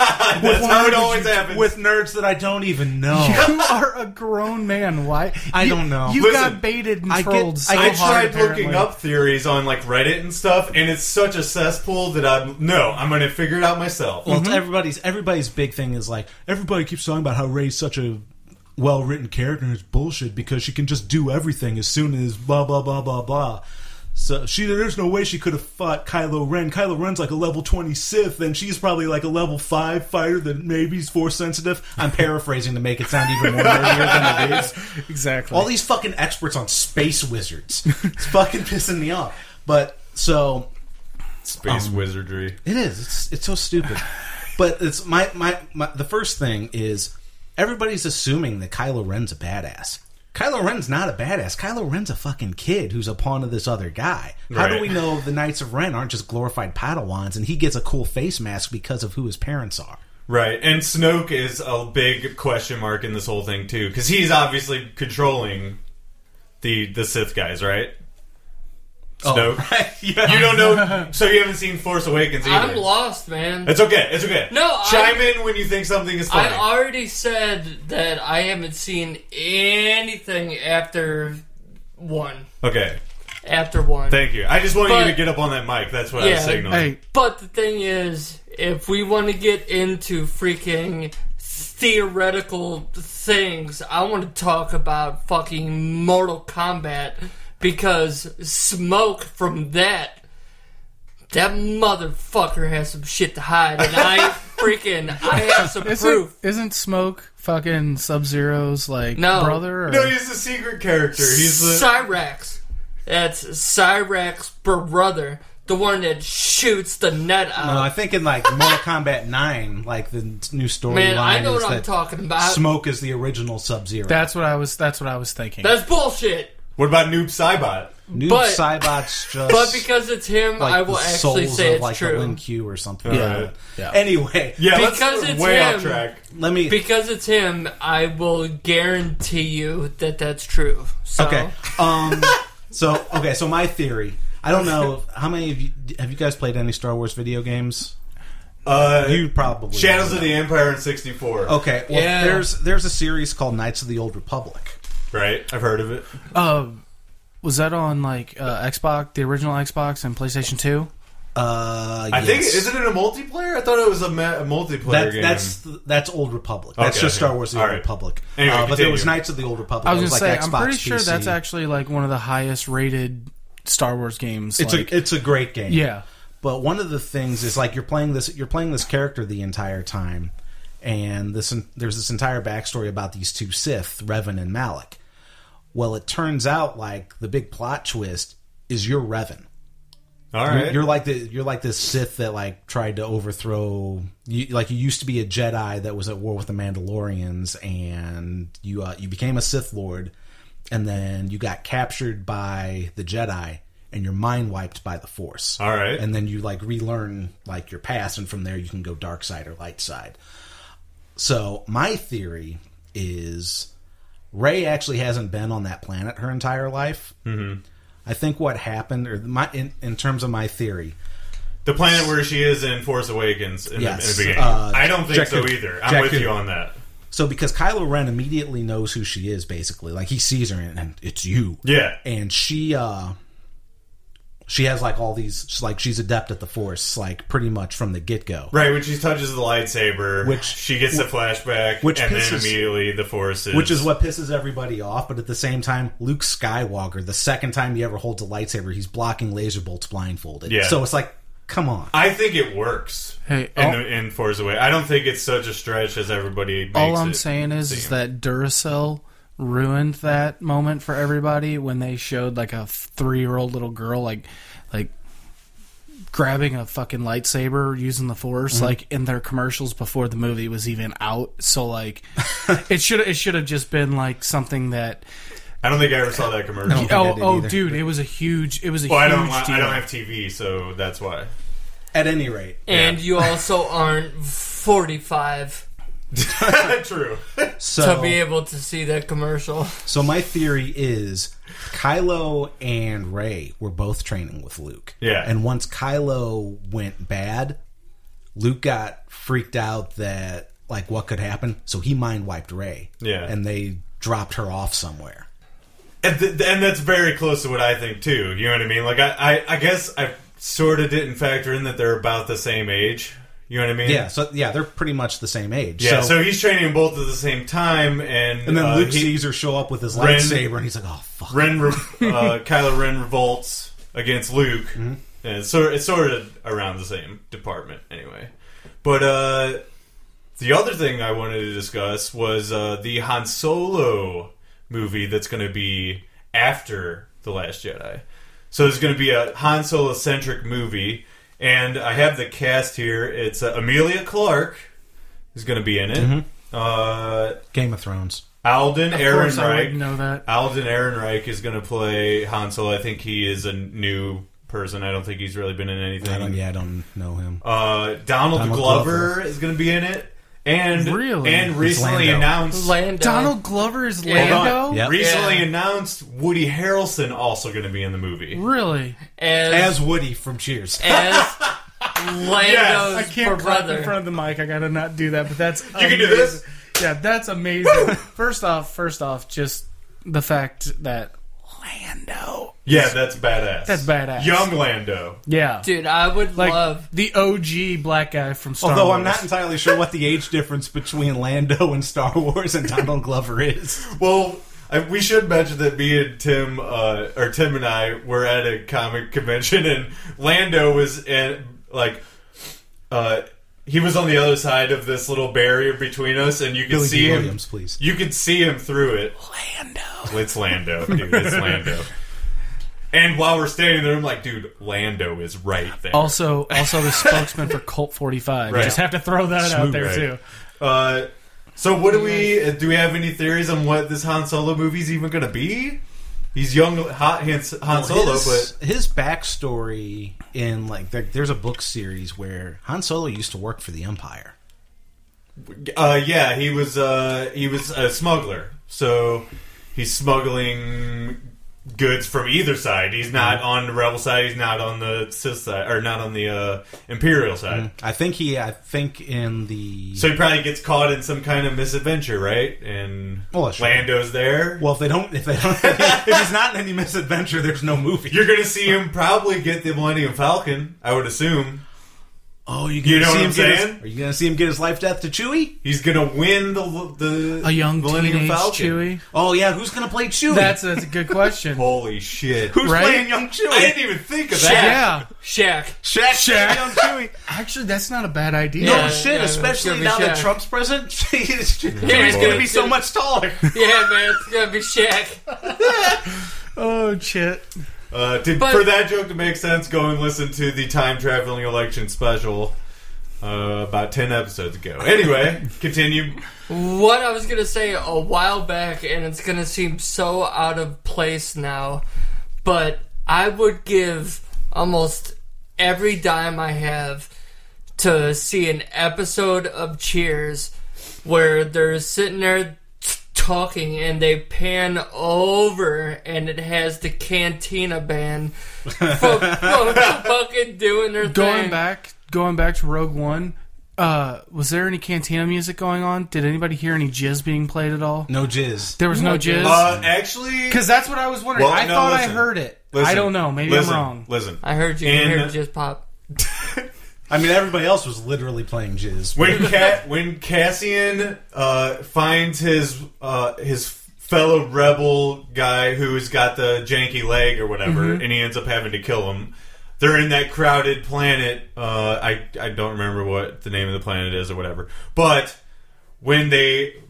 S1: how it
S3: nerds-
S1: always happens.
S3: with nerds that I don't even know.
S2: You are a grown man. Why?
S3: I
S2: You-
S3: don't know.
S2: You
S1: Listen,
S2: got baited and
S3: I get-
S2: trolled. so
S3: I
S1: I
S3: get-
S2: hard,
S1: tried
S2: apparently.
S1: looking up theories on like Reddit and stuff, and it's such a cesspool that I'm no, I'm gonna figure it out myself.
S3: Well, it's everybody's everybody's big thing is like everybody keeps talking about how Ray's such a well written character and it's bullshit because she can just do everything as soon as blah blah blah blah blah. So she there's no way she could have fought Kylo Ren. Kylo Ren's like a level twenty Sith, and she's probably like a level five fighter that maybe is force sensitive. I'm paraphrasing to make it sound even more nerdier than it is.
S2: Exactly.
S3: *laughs* All these fucking experts on space wizards. It's fucking pissing me off. But so
S1: Space wizardry.
S3: it is. It's it's so stupid. But it's my, my my the first thing is everybody's assuming that Kylo Ren's a badass. Kylo Ren's not a badass. Kylo Ren's a fucking kid who's a pawn of this other guy. How do
S1: Right.
S3: we know the Knights of Ren aren't just glorified Padawans and he gets a cool face mask because of who his parents are?
S1: Right, and Snoke is a big question mark in this whole thing too, because he's obviously controlling the the Sith guys, right? Snoke,
S3: yeah.
S1: you don't know, so you haven't seen Force Awakens either.
S4: I'm lost, man.
S1: It's okay, it's okay.
S4: No,
S1: chime
S4: I-
S1: in when you think something is funny.
S4: I already said that I haven't seen anything after one.
S1: okay,
S4: After one.
S1: thank you. I just wanted you
S4: But-
S1: to get up on that mic. That's what I was
S4: Yeah.
S1: signaling.
S2: hey,
S4: but the thing is, if we want to get into freaking theoretical things, I want to talk about fucking Mortal Kombat because smoke
S3: *laughs*
S4: from that. That motherfucker has some shit to hide, and I ain't freaking, I have some
S2: Isn't,
S4: proof.
S2: isn't Smoke fucking Sub Zero's like
S4: No.
S2: brother? Or,
S1: No, he's the secret character. He's the
S4: Cyrax. That's Cyrax's brother, the one that shoots the net out.
S3: Uh, I think in like Mortal Kombat Nine, like the new storyline
S4: Man, I know
S3: is
S4: what I'm
S3: that
S4: talking about.
S3: Smoke is the original Sub Zero.
S2: that's what I was. That's what I was thinking.
S4: That's bullshit.
S1: What about Noob Saibot?
S3: new
S4: but-
S3: Cybot's just. *laughs*
S4: But because it's him,
S3: like
S4: I will
S3: the
S4: actually
S3: souls
S4: say
S3: of
S4: it's
S3: like the
S4: true.
S3: Lin Q or something.
S2: Yeah.
S3: like that.
S2: Yeah.
S3: Anyway,
S1: Yeah,
S4: Because
S1: that's
S4: it's
S1: way off
S4: him.
S1: track.
S3: let me.
S4: Because it's him, I will guarantee you that that's true. So,
S3: okay.
S4: *laughs*
S3: Um. so okay. So my theory. I don't know if- how many of you have you guys played any Star Wars video games.
S1: Uh,
S3: You Oh. probably
S1: Shadows of the Empire in '64.
S3: Okay. Well,
S4: Yeah.
S3: there's there's a series called Knights of the Old Republic.
S1: Right, I've heard of it.
S2: Uh, was that on like uh, Xbox, the original Xbox and PlayStation Two?
S3: Uh,
S1: I think
S3: yes.
S1: isn't it a multiplayer? I thought it was a, ma- a multiplayer
S3: That,
S1: game.
S3: that's that's Old Republic. That's
S1: Okay,
S3: just Star
S1: okay.
S3: Wars: The
S1: All
S3: Old
S1: right.
S3: Republic.
S1: Anyway,
S3: uh, but there
S1: continue.
S3: was Knights of the Old Republic.
S2: I was
S3: It
S2: gonna
S3: like
S2: say,
S3: Xbox,
S2: I'm pretty sure
S3: PC.
S2: that's actually like one of the highest rated Star Wars games.
S3: it's
S2: like,
S3: a it's a great game.
S2: yeah.
S3: But one of the things is like you're playing this you're playing this character the entire time, and this there's this entire backstory about these two Sith, Revan and Malik. Well, it turns out like the big plot twist is you're Revan.
S1: All
S3: You're-
S1: right.
S3: You're like the you're like this Sith that like tried to overthrow you like you used to be a Jedi that was at war with the Mandalorians and you uh, you became a Sith Lord and then you got captured by the Jedi and your mind wiped by the Force.
S1: All right.
S3: And then you like relearn like your past and from there you can go dark side or light side. So my theory is Ray actually hasn't been on that planet her entire life. I think what happened, or my in, in terms of my theory,
S1: the planet where she is in Force Awakens in, the, in
S3: Yes.
S1: the beginning.
S3: Uh,
S1: I don't think so
S3: Jakku-
S1: either. I'm with
S3: Jakku.
S1: you on that.
S3: so because Kylo Ren immediately knows who she is, basically, like he sees her and, and it's you,
S1: Yeah.
S3: and she, uh she has like all these, she's like she's adept at the Force, like pretty much from the get go.
S1: Right, when she touches the lightsaber,
S3: Which-
S1: she gets the flashback,
S3: which
S1: and then
S3: pisses-
S1: immediately the Force is.
S3: Which is what pisses everybody off, but at the same time, Luke Skywalker, the second time he ever holds a lightsaber, he's blocking laser bolts blindfolded.
S1: Yeah.
S3: So it's like, come on.
S1: I think it works.
S2: Hey, oh,
S1: in,
S2: all-
S1: the, in Force Awakens, I don't think it's such a stretch as everybody. Makes
S2: All I'm
S1: it
S2: saying is, is
S1: seem.
S2: that Duracell ruined that moment for everybody when they showed like a three year old little girl like like grabbing a fucking lightsaber using the force
S3: Mm-hmm.
S2: like in their commercials before the movie was even out. So like *laughs* it should it should have just been like something that
S1: I don't think I ever saw that commercial.
S3: think I
S2: oh
S3: did
S2: oh
S3: either.
S2: dude it was a huge it was a
S1: Well, I
S2: huge
S1: don't. I
S2: deal.
S1: don't have TV, so that's why. *laughs*
S3: At any rate,
S4: And
S1: Yeah.
S4: you also aren't 45
S1: True.
S3: so
S4: to be able to see that commercial. *laughs*
S3: So my theory is Kylo and Ray were both training with Luke.
S1: Yeah.
S3: And once Kylo went bad, Luke got freaked out that like what could happen, so he mind wiped Ray.
S1: Yeah.
S3: And they dropped her off somewhere.
S1: and, th- and that's very close to what I think too. You know what I mean? Like I, I, I guess I sort of didn't factor in that they're about the same age. You know what I mean?
S3: Yeah, so yeah, they're pretty much the same age.
S1: Yeah.
S3: So,
S1: So, he's training both at the same time, and
S3: and then
S1: uh,
S3: Luke
S1: he,
S3: sees her show up with his
S1: Ren-
S3: lightsaber and he's like, "Oh fuck."
S1: Ren,
S2: *laughs*
S1: re- uh, Kylo Ren revolts against Luke,
S2: Mm-hmm.
S1: and so it's sort of around the same department anyway. But uh, the other thing I wanted to discuss was uh, the Han Solo movie that's going to be after the Last Jedi. So there's going to be a Han Solo centric movie, and I have the cast here. It's uh, Amelia Clark is going to be in it. Uh,
S3: Game of Thrones.
S1: Alden
S2: Mm-hmm. Of course, I
S1: Ehrenreich
S2: would know that.
S1: Alden Ehrenreich is going to play Hansel. I think he is a new person. I don't think he's really been in anything.
S3: I don't yeah, I don't know him.
S1: Uh, Donald,
S3: Donald
S1: Glover,
S3: Glover.
S1: is going to be in it, and
S2: Really?
S1: and recently
S3: Lando.
S1: announced
S4: Lando.
S2: Donald Glover is
S4: Yeah.
S1: Hold on.
S2: Lando?
S3: Yep.
S1: recently
S4: Yeah.
S1: announced Woody Harrelson also going to be in the movie.
S2: Really?
S4: as,
S3: As Woody from Cheers.
S4: as Lando's
S2: I can't clap in front
S4: brother.
S2: of the mic. I gotta not do that, but that's you
S1: can do this.
S2: Yeah, that's amazing. first off, first off, just the fact that Lando,
S1: Yeah, that's badass.
S2: That's badass.
S1: Young Lando.
S2: yeah,
S4: Dude, I would
S2: like
S4: love.
S2: the OG black guy from Star
S3: Although
S2: Wars.
S3: I'm not entirely sure what the age difference between Lando and Star Wars and Donald Glover *laughs* is.
S1: Well, I, we should mention that me and Tim, uh, or Tim and I, were at a comic convention, and Lando was in like uh, he was on the other side of this little barrier between us, and you could
S3: Billy
S1: see
S3: D.
S1: him.
S3: Williams, please.
S1: You could see him through it. Lando. It's Lando, dude. It's Lando. And while we're standing there, I'm like, dude, Lando is right there.
S2: Also, also the spokesman for Colt 45.
S1: Right.
S2: Just have to throw that out there
S1: right.
S2: too.
S1: Uh, so what do we uh, do? We have any theories on what this Han Solo movie's even going to be? He's young, hot Han, Han Solo,
S3: his,
S1: but
S3: his backstory in like there, there's a book series where Han Solo used to work for the Empire.
S1: uh, yeah, he was uh, he was a smuggler, so he's smuggling goods from either side. He's
S3: Mm-hmm.
S1: not on the rebel side. He's not on the Sith side, or not on the uh, Imperial side.
S3: I think he. I think in the
S1: So he probably gets caught in some kind of misadventure, right? And
S3: Well, that's right.
S1: Lando's there.
S3: well, if they don't, if they don't, *laughs* if he's not in any misadventure, there's no movie.
S1: You're going to see him probably get the Millennium Falcon, I would assume.
S3: oh,
S1: You know
S3: see
S1: what
S3: him
S1: I'm
S3: get his-
S1: saying?
S3: are you gonna see him get his life death to Chewie?
S1: He's gonna win the the
S2: A young
S1: Millennium
S2: teenage
S1: Falcon.
S2: Chewie.
S3: Oh yeah, who's gonna play Chewie?
S2: That's that's a good
S1: *laughs*
S2: question.
S1: Holy shit!
S3: who's
S2: right?
S3: playing young Chewie?
S1: I didn't even think of that.
S2: yeah,
S4: Shaq.
S3: Shaq, Shaq, young Chewie.
S2: actually, that's not a bad idea.
S3: No
S4: Yeah,
S3: shit,
S4: yeah,
S3: especially
S4: it's gonna
S3: now
S4: be
S3: that
S4: Shaq.
S3: Trump's president, *laughs* he's, he's
S4: boy.
S3: gonna be so much taller.
S4: Yeah, man, it's gonna be Shaq.
S2: Oh shit!
S1: Uh, to,
S4: But-
S1: for that joke to make sense, go and listen to the time traveling election special uh, about ten episodes ago. Anyway, *laughs* continue.
S4: What I was gonna say a while back, and it's gonna seem so out of place now, but I would give almost every dime I have to see an episode of Cheers where they're sitting there t- talking and they pan over and it has the Cantina
S2: *laughs*
S4: band fu- fu- fucking doing their
S2: Going
S4: thing.
S2: back, going back to Rogue One. Uh, was there any Cantina music going on? Did anybody hear any jizz being played at all?
S3: No jizz.
S2: There was no
S4: No jizz.
S2: jizz.
S1: Uh, actually,
S2: Because that's what I was wondering.
S1: Well,
S2: I
S1: no,
S2: thought
S1: listen.
S2: I heard it. I
S1: listen,
S2: don't know. Maybe
S1: listen,
S2: I'm wrong.
S1: Listen,
S4: I heard you.
S1: In-
S4: you heard just pop.
S3: I mean, everybody else was literally playing jizz.
S1: when Cat when Cassian uh, finds his uh, his fellow rebel guy who's got the janky leg or whatever, and he ends up having to kill him. They're in that crowded planet. Uh, I I don't remember what the name of the planet is or whatever. But when they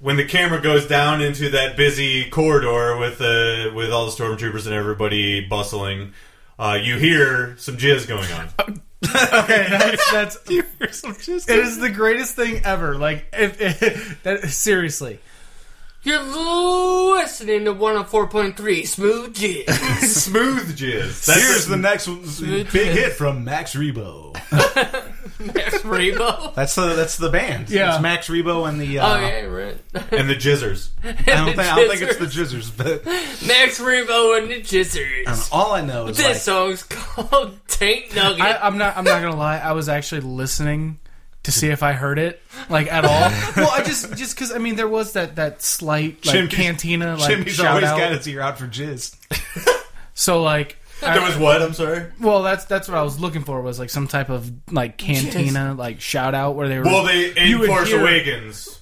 S1: when the camera goes down into that busy corridor with uh, with all the stormtroopers and everybody bustling, uh, you hear some jizz going *laughs* on.
S2: Okay, that's, *laughs* that's it is the greatest thing ever. Like, if, if, *laughs* that, seriously,
S4: You're listening to 104.3 Smooth Jizz.
S1: *laughs* Smooth jizz. That's
S3: Here's the next one- big
S4: jizz.
S3: hit from Max Rebo.
S4: Max Rebo.
S3: That's the that's the band.
S2: Yeah.
S3: it's Max Rebo and the. Uh,
S4: Oh, yeah, right.
S1: and the jizzers.
S3: I, don't think, I don't think
S4: Jizzers.
S3: it's the Jizzers, but
S4: Max Rebo and the
S3: um,
S4: Jizzers.
S3: all I know is
S4: This
S3: like,
S4: song's called Tank Nugget.
S2: I, I'm not. I'm not gonna lie. I was actually listening to see if I heard it, like at all.
S1: *laughs*
S2: Well, I just just because I mean there was that that slight like
S3: Jimmy's-
S2: cantina like
S3: Jimmy's
S2: shout
S3: always
S2: out.
S3: got his ear out for jizz.
S2: So like. I-
S1: There was what? I'm sorry.
S2: well, that's that's what I was looking for was like some type of like cantina like shout out where they were.
S1: Well, they in
S2: you would
S1: Force
S2: hear-
S1: Awakens.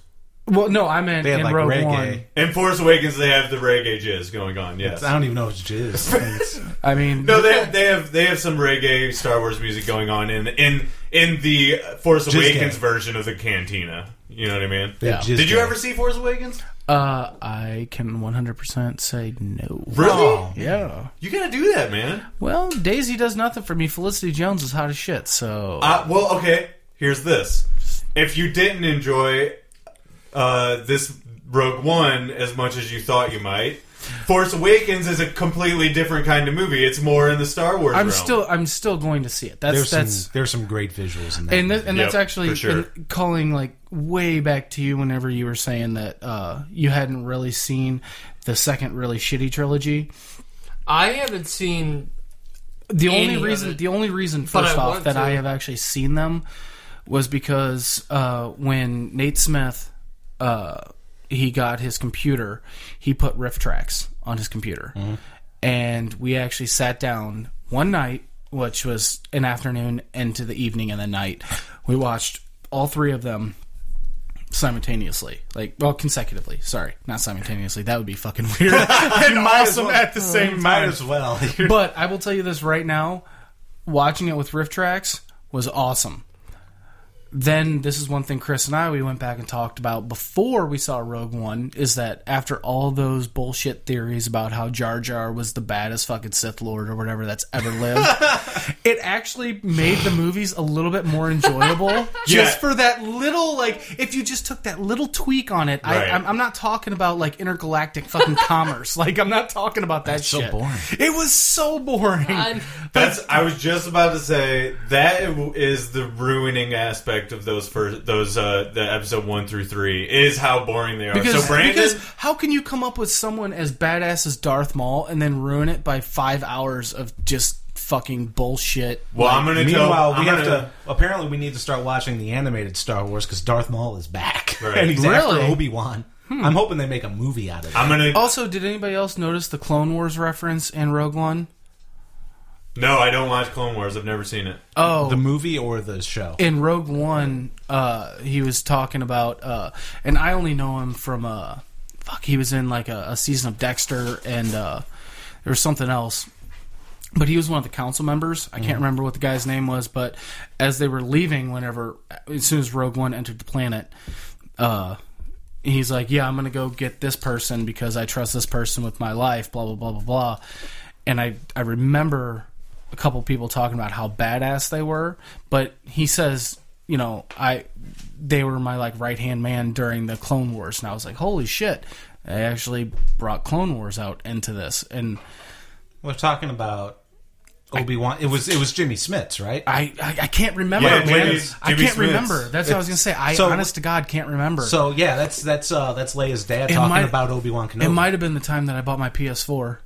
S2: Well, no, I meant
S3: They had
S2: in
S3: like
S2: Rogue
S3: reggae.
S2: One.
S1: In Force Awakens, they have the reggae jizz going on. Yes.
S3: I don't even know if it's jizz. I think it's-
S2: I mean,
S1: No, they have, they have they have some reggae Star Wars music going on in in in the Force Awakens
S3: gang.
S1: version of the cantina. You know what I mean?
S3: they have
S2: Yeah.
S3: jizz
S1: Did you
S3: gang.
S1: ever see Force Awakens?
S2: uh, I can 100% say no.
S1: Really?
S3: Oh,
S2: Yeah.
S1: You gotta do that, man.
S2: Well, Daisy does nothing for me. Felicity Jones is hot as shit, so
S1: Uh, well, okay. Here's this. If you didn't enjoy uh, this Rogue One as much as you thought you might, Force Awakens is a completely different kind of movie. It's more in the Star Wars.
S2: I'm
S1: realm.
S2: still I'm still going to see it. That's
S3: There's
S2: that's
S3: some there's some great visuals in that.
S2: and th-
S3: movie.
S2: and that's
S1: Yep,
S2: actually
S1: for sure.
S2: been calling like way back to you whenever you were saying that uh, you hadn't really seen the second really shitty trilogy.
S4: I haven't seen.
S2: The
S4: Any of
S2: only reason,
S4: it.
S2: the only reason,
S4: But
S2: first
S4: I
S2: off,
S4: want
S2: that
S4: to.
S2: I have actually seen them was because uh, when Nate Smith uh, he got his computer, he put riff tracks on his computer,
S4: Mm-hmm.
S2: and we actually sat down one night, which was an afternoon into the evening and the night. We watched all three of them simultaneously, like well, consecutively. Sorry, not simultaneously. That would be fucking
S4: *laughs*
S2: weird and awesome at the same time
S3: might as *laughs* well.
S1: *laughs*
S2: but I will tell you this right now: watching it with riff tracks was awesome. then this is one thing Chris and I we went back and talked about before we saw Rogue One is that after all those bullshit theories about how Jar Jar was the baddest fucking Sith Lord or whatever that's ever
S1: *laughs*
S2: lived, it actually made the movies a little bit more
S1: *laughs*
S2: enjoyable
S1: Yeah.
S2: just for that little like if you just took that little tweak on it.
S1: Right.
S2: I, I'm, I'm not talking about like intergalactic fucking commerce. Like I'm not talking about that
S3: so
S2: shit.
S3: boring.
S2: It was so boring.
S4: I'm,
S1: That's. I was just about to say that is the ruining aspect of those first those uh the episode one through three is how boring they are.
S2: *laughs* Because,
S1: so Brandon,
S2: because how can you come up with someone as badass as Darth Maul and then ruin it by five hours of just fucking bullshit?
S1: well, I'm gonna tell.
S3: Meanwhile,
S1: I'm
S3: we have
S1: gonna-
S3: to. Apparently, we need to start watching the animated Star Wars because Darth Maul is back, *laughs*
S1: Right.
S3: and he's
S2: Really? Hmm.
S3: after Obi Wan. I'm hoping they make a movie out of it.
S1: I'm gonna.
S2: Also, did anybody else notice the Clone Wars reference in Rogue One?
S1: No, I don't watch Clone Wars. I've never seen it.
S2: Oh,
S3: the movie or the show?
S2: in Rogue One, uh, he was talking about, uh, and I only know him from uh, fuck, he was in like a, a season of Dexter and uh, there was something else. But he was one of the council members. I can't remember what the guy's name was, but as they were leaving, whenever as soon as Rogue One entered the planet, uh, he's like, "Yeah, I'm gonna go get this person because I trust this person with my life." Blah blah blah blah blah. And I I remember a couple people talking about how badass they were, but he says, you know, I they were my like right hand man during the Clone Wars, and I was like, "Holy shit!" They actually brought Clone Wars out into this, and
S3: We're talking about Obi Wan. It was it was Jimmy Smits, right?
S2: I I, I can't remember.
S1: Yeah,
S2: man.
S1: Jimmy-
S2: I
S1: Jimmy
S2: can't
S1: Smith's.
S2: remember. That's what I was gonna say. I
S3: So-
S2: honest to God can't remember.
S3: so yeah, that's that's uh, that's Leia's dad
S2: It
S3: talking
S2: might-
S3: about Obi Wan Kenobi.
S2: It might have been the time that I bought my PS4.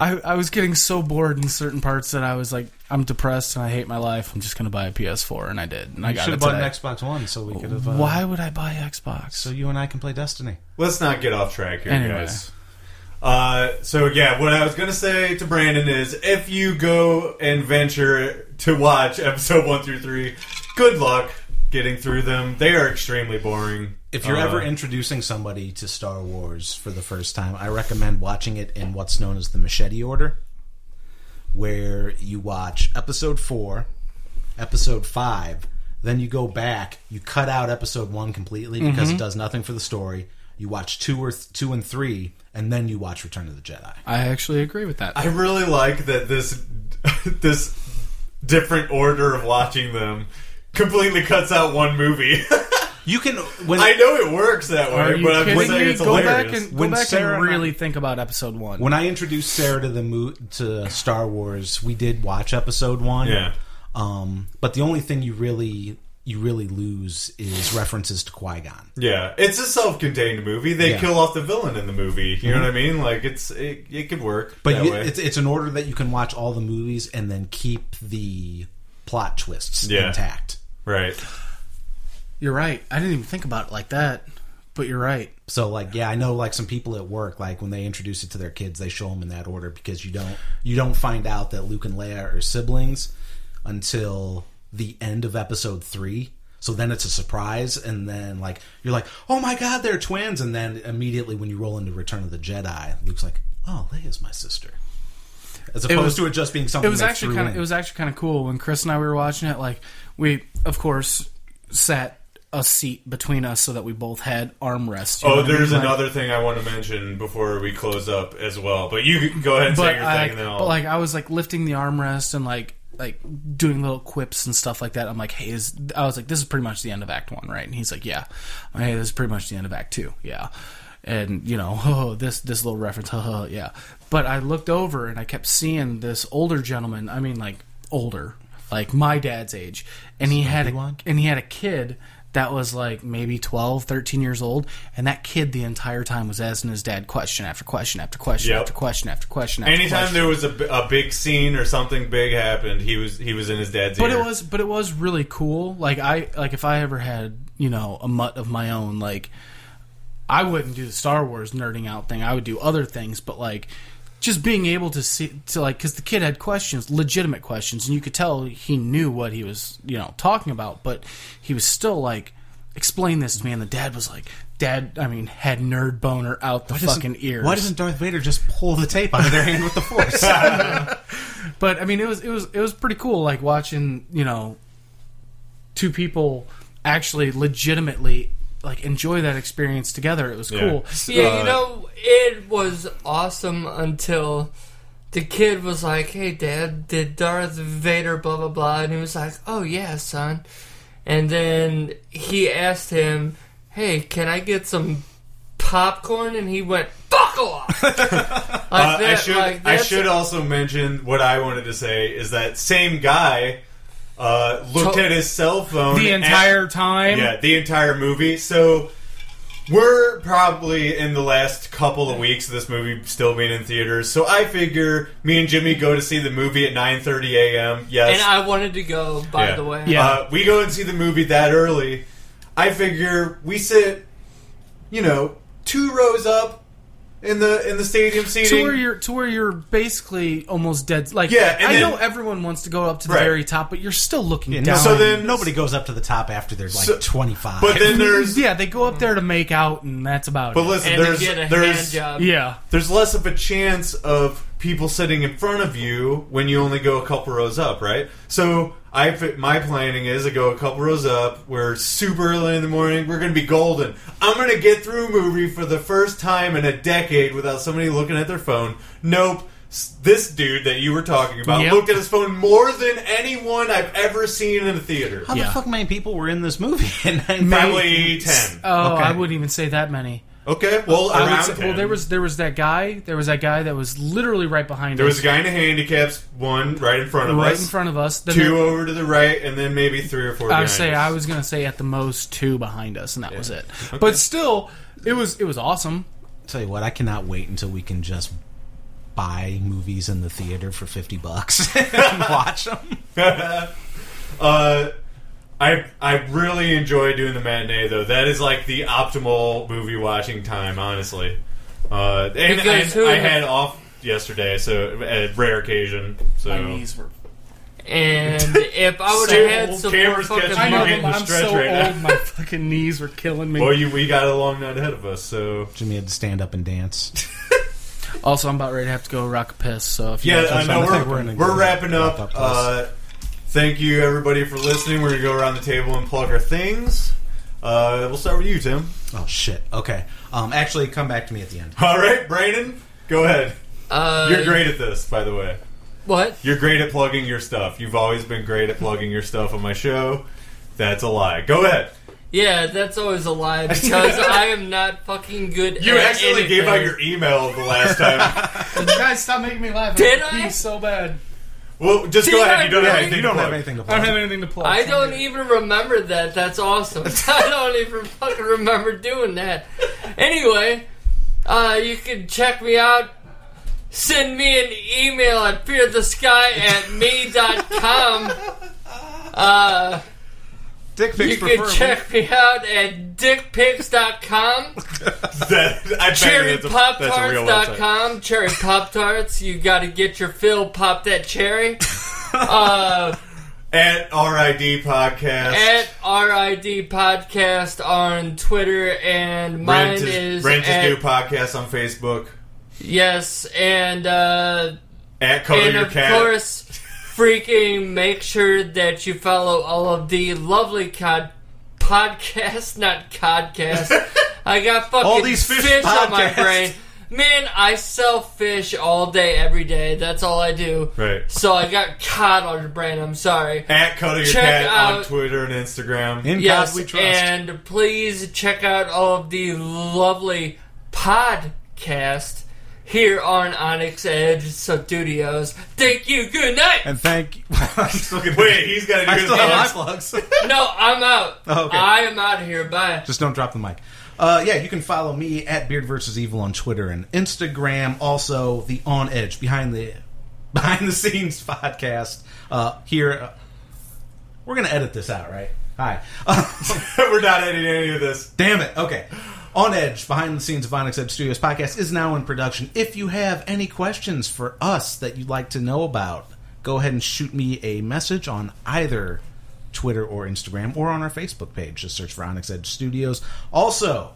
S2: I, I was getting so bored in certain parts that I was like, I'm depressed and I hate my life. I'm just going to buy a PS4, and I did, and I
S3: you
S2: got
S3: should
S2: it
S3: have bought
S2: today.
S3: an Xbox One so we could have. Uh,
S2: Why would I buy Xbox?
S3: So you and I can play Destiny.
S1: Let's not get off track here,
S2: Anyway.
S1: guys. Uh, so yeah, what I was gonna say to Brandon is, if you go and venture to watch episode one through three, good luck getting through them. They are extremely boring.
S3: If you're
S1: Uh,
S3: ever introducing somebody to Star Wars for the first time, I recommend watching it in what's known as the machete order, where you watch episode four, episode five, then you go back, you cut out episode one completely because
S1: Mm-hmm.
S3: it does nothing for the story. You watch two or th- two and three, and then you watch Return of the Jedi.
S2: I actually agree with that.
S1: I really like that this *laughs* this different order of watching them completely cuts out one movie. *laughs*
S3: You can when
S1: I know it works that way,
S2: Are you
S1: but I'm
S2: kidding
S1: just saying
S2: me?
S1: it's
S2: Go
S1: hilarious.
S2: back and, go
S3: When
S2: back
S3: Sarah
S2: and
S3: and I-
S2: really think about episode one.
S3: when I introduced Sarah to the mo- to Star Wars, we did watch episode one.
S1: Yeah.
S3: Um, but the only thing you really you really lose is references to Qui Gon.
S1: yeah, it's a self-contained movie. They
S3: Yeah.
S1: kill off the villain in the movie. You know what I
S2: Mm-hmm.
S1: mean? Like it's it, it could work.
S3: But
S1: that
S3: you,
S1: way.
S3: it's it's an order that you can watch all the movies and then keep the plot twists
S1: Yeah.
S3: intact.
S1: right.
S2: you're right. I didn't even think about it like that, but you're right.
S3: So like yeah, I know like some people at work like when they introduce it to their kids, they show them in that order because you don't you don't find out that Luke and Leia are siblings until the end of episode 3. So then it's a surprise and then like you're like, "Oh my god, they're twins." And then immediately when you roll into Return of the Jedi, Luke's like, "Oh, Leia's my sister." As opposed
S2: was-
S3: to it just being something
S2: it was
S3: they
S2: actually
S3: threw
S2: kind
S3: in.
S2: of it was actually kind of cool when Chris and I were watching it. Like we, of course, sat a seat between us so that we both had armrests. you know
S1: Oh,
S2: what I mean?
S1: there's
S2: Like-
S1: another thing I want to mention before we close up as well. But you can go ahead and say
S2: But
S1: your
S2: I,
S1: thing, and then I'll.
S2: but like I was like lifting the armrest and like like doing little quips and stuff like that. I'm like, hey, is I was like, this is pretty much the end of Act One, right? And he's like, yeah. I'm like, hey, this is pretty much the end of Act Two, yeah. And you know, *laughs* oh, this this little reference, *laughs* haha, yeah. But I looked over and I kept seeing this older gentleman. I mean, like older, like my dad's age, and he had a,
S3: Obi-Wan?
S2: and he had a kid that was like maybe 12 13 years old and that kid the entire time was asking his dad question after question after question
S1: Yep.
S2: after question after question after
S1: Anytime
S2: question.
S1: there was a, b- a big scene or something big happened, he was he was in his dad's
S2: But
S1: ear.
S2: it was, but it was really cool. Like I, like if I ever had, you know, a mutt of my own, like I wouldn't do the Star Wars nerding out thing. I would do other things, but like just being able to see, to like, because the kid had questions, legitimate questions, and you could tell he knew what he was, you know, talking about. But he was still like, explain this to me, and the dad was like, Dad, I mean, had nerd boner out the
S3: doesn't-
S2: fucking ears.
S3: Why doesn't Darth Vader just pull the tape out of their hand
S2: *laughs*
S3: with the Force?
S2: but I mean, it was it was it was pretty cool. Like watching, you know, two people actually legitimately like enjoy that experience together. It was
S1: Yeah.
S2: cool.
S4: Yeah,
S1: Uh,
S4: you know, it was awesome until the kid was like, "Hey, Dad, did Darth Vader blah blah blah?" And he was like, "Oh yeah, son." And then he asked him, "Hey, can I get some popcorn?" And he went, "Fuck off!" like
S1: Uh, I
S4: that,
S1: should
S4: like,
S1: I
S4: that's-
S1: should also mention what I wanted to say is that same guy uh, looked
S4: To-
S1: at his cell phone
S2: The
S1: and-
S2: entire time,
S1: yeah the entire movie. So we're probably in the last couple of weeks of this movie still being in theaters. So I figure me and Jimmy go to see the movie at 9:30 a.m. Yes,
S4: And I wanted to go. By
S1: yeah.
S4: the way,
S2: Yeah.
S1: Uh, we go and see the movie that early. I figure we sit, you know, two rows up in the in the stadium
S2: to
S1: seating.
S2: where you're to where you're basically almost dead. Like
S1: Yeah, and
S2: I
S1: then-
S2: know everyone wants to go up to the
S1: Right.
S2: very top, but you're still looking
S3: And
S2: down.
S1: So
S3: nobody-
S1: then-
S3: nobody goes up to the top after they're like
S1: So-
S3: 25.
S1: but then there's
S2: yeah, they go up there to make out, and that's about
S1: but
S2: it.
S1: listen
S4: and
S1: there's
S4: to get a hand
S1: there's
S4: job.
S2: yeah,
S1: there's less of a chance of people sitting in front of you when you only go a couple rows up, right? So I fi- my planning is I go a couple rows up. We're super early in the morning. We're gonna be golden. I'm gonna get through a movie for the first time in a decade without somebody looking at their phone. Nope. S- This dude that you were talking about
S2: Yep.
S1: looked at his phone more than anyone I've ever seen in a theater.
S3: How the
S2: Yeah.
S3: fuck many people were in this movie? *laughs* And
S1: Probably ten.
S2: Oh,
S3: Okay.
S2: I wouldn't even say that many.
S1: Okay, well,
S2: Uh, I would
S1: around
S2: say-
S1: 10.
S2: well, there was there was that guy. There was that guy that was literally right behind
S1: there
S2: us,
S1: was a guy in a handicaps one right in front of
S2: right
S1: us.
S2: in front of us. Then
S1: two
S2: there-
S1: over to the right, and then maybe three or four.
S2: I
S1: behind
S2: say
S1: us.
S2: I was gonna say at the most two behind us, and that was it. But still, it was it was awesome.
S3: Tell you what, I cannot wait until we can just buy movies in the theater for 50 bucks *laughs* and watch them.
S1: Uh, I I really enjoy doing the matinee though. That is like the optimal movie watching time, honestly. Uh, and,
S4: Because
S1: and
S4: who-
S1: I had off yesterday, so a rare occasion. So
S2: My knees were.
S4: And if I would have had
S1: Still,
S4: some more
S1: cameras
S4: fucking
S1: catching
S2: I
S1: I'm
S2: know,
S1: getting
S2: I'm,
S1: the
S2: I'm
S1: stretch
S2: so
S1: right now.
S2: old. *laughs* My fucking knees were killing me.
S1: boy, you, we got a long night ahead of us. So
S3: Jimmy had to stand up and dance.
S2: Also, I'm about ready to have to go rock a piss. So if you
S1: yeah,
S2: guys-
S1: I
S3: I'm trying
S1: know
S3: to think
S1: we're
S3: we're
S1: we're,
S3: gonna go
S1: wrapping
S3: wrap
S1: up.
S3: up this.
S1: uh, thank you everybody for listening. We're gonna go around the table and plug our things. Uh, we'll start with you, Tim.
S3: Oh, shit. Okay. Um, actually, come back to me at the end.
S1: All right, Brandon, go ahead.
S4: Uh,
S1: You're great at this, by the way.
S4: What?
S1: You're great at plugging your stuff. You've always been great at plugging your stuff on my show. That's a lie. Go ahead.
S4: Yeah, that's always a
S1: *laughs*
S4: lie because I am not fucking good.
S1: You
S4: at
S1: actually
S4: anything.
S1: gave out your email the last time.
S2: guys, stop making me laugh.
S4: Did
S2: have to
S4: I?
S2: pee so bad.
S1: well,
S3: *laughs*
S1: just
S4: Did
S1: go ahead.
S4: I
S1: You don't have
S4: really?
S1: anything.
S3: You
S1: to
S3: don't have
S1: plug.
S3: anything to
S2: I don't
S3: play.
S2: have anything to plug.
S4: I don't even remember that. That's awesome. *laughs* I don't even fucking remember doing that. Anyway, uh, you can check me out. Send me an email at fearthesky
S1: *laughs*
S4: at me.com. Uh,
S3: Dick
S4: you
S3: pics
S4: can
S3: preferably.
S4: check me out at dickpics.com.
S1: *laughs* That, I bet
S4: Cherry
S1: that's a, that's a real website.
S4: cherrypoptarts.com. Cherry Pop Tarts. You got to get your fill. Pop that
S1: *laughs*
S4: cherry. Uh,
S1: At RID Podcast.
S4: at RID Podcast on Twitter, and mine
S1: Rent is,
S4: is,
S1: Rent is
S4: at-
S1: Due Podcast on Facebook.
S4: yes, and uh,
S1: At Color
S4: and
S1: Your
S4: of
S1: Cat.
S4: course, freaking make sure that you follow all of the lovely cod podcasts,
S1: *laughs*
S4: not codcasts. I got fucking
S3: All these fish
S4: on my
S3: podcasts.
S4: brain. Man, I sell fish all day, every day. That's all I do.
S1: Right.
S4: So I got cod on the brain. I'm sorry.
S1: At Color Your
S4: Check
S1: Cat on
S4: out-
S1: Twitter and Instagram.
S3: In
S4: yes,
S3: God we trust.
S4: and please check out all of the lovely podcast here on Onyx Edge Studios. Thank you. Good night.
S3: And thank you. *laughs* I still
S1: Wait, he's got to do his
S3: have my
S1: plugs.
S3: plugs.
S4: No, I'm out.
S3: Oh, okay.
S4: I am out of here. Bye.
S3: Just don't drop the mic. Uh, yeah, you can follow me at Beard versus Evil on Twitter and Instagram. Also, the On Edge behind the *laughs* behind the scenes podcast uh, here. Uh, we're gonna edit this out, right? Hi. *laughs*
S1: *laughs* We're not editing any of this.
S3: Damn it. Okay. On Edge, behind the scenes of Onyx Edge Studios podcast is now in production. If you have any questions for us that you'd like to know about, go ahead and shoot me a message on either Twitter or Instagram or on our Facebook page. Just search for Onyx Edge Studios. Also,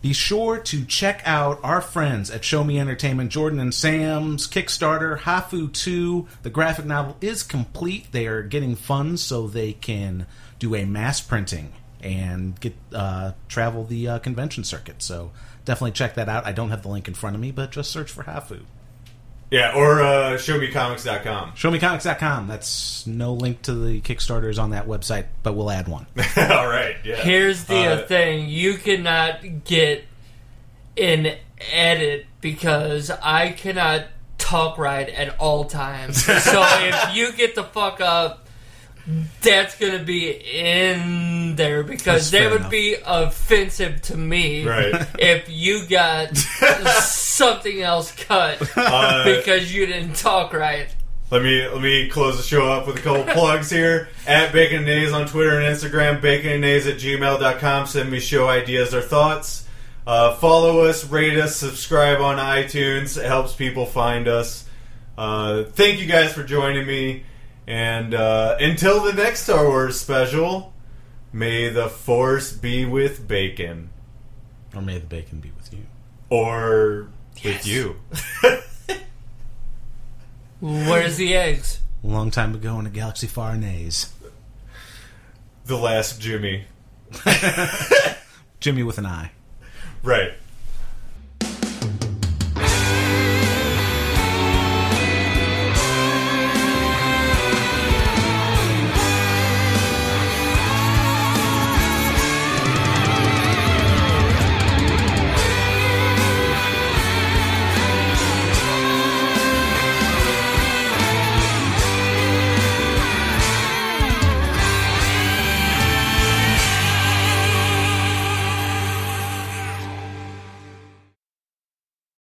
S3: be sure to check out our friends at Show Me Entertainment, Jordan and Sam's Kickstarter, Hafu 2. The graphic novel is complete. They are getting funds so they can do a mass printing and get uh, travel the uh, convention circuit. So definitely check that out. I don't have the link in front of me, but just search for Hafu.
S1: Yeah, or uh, showmecomics.com.
S3: ShowMeComics.com. That's no link to the Kickstarters on that website, but we'll add one.
S1: *laughs* All right, yeah.
S4: Here's the
S1: Uh,
S4: uh, thing: you cannot get an edit because I cannot talk right at all
S3: *laughs*
S4: times. so if you get the fuck up, that's gonna be in there
S3: That's
S4: because that
S3: fair
S4: would
S3: enough.
S4: be offensive to me.
S1: Right.
S4: If you
S3: *laughs*
S4: got something else cut
S3: Uh,
S4: because you didn't talk right.
S1: Let me let me close the show up with a couple plugs here. At Bacon and Nays on Twitter and Instagram, baconandnays at gmail.com. Send me show ideas or thoughts. Uh, follow us, rate us, subscribe on iTunes. It helps people find us. Uh, thank you guys for joining me. And uh, until the next Star Wars special, may the force be with bacon.
S3: Or may the bacon be with you.
S1: Or with you.
S4: Where's the eggs?
S3: A long time ago in a galaxy far and A's.
S1: The last Jimmy.
S3: Jimmy with an eye.
S1: Right.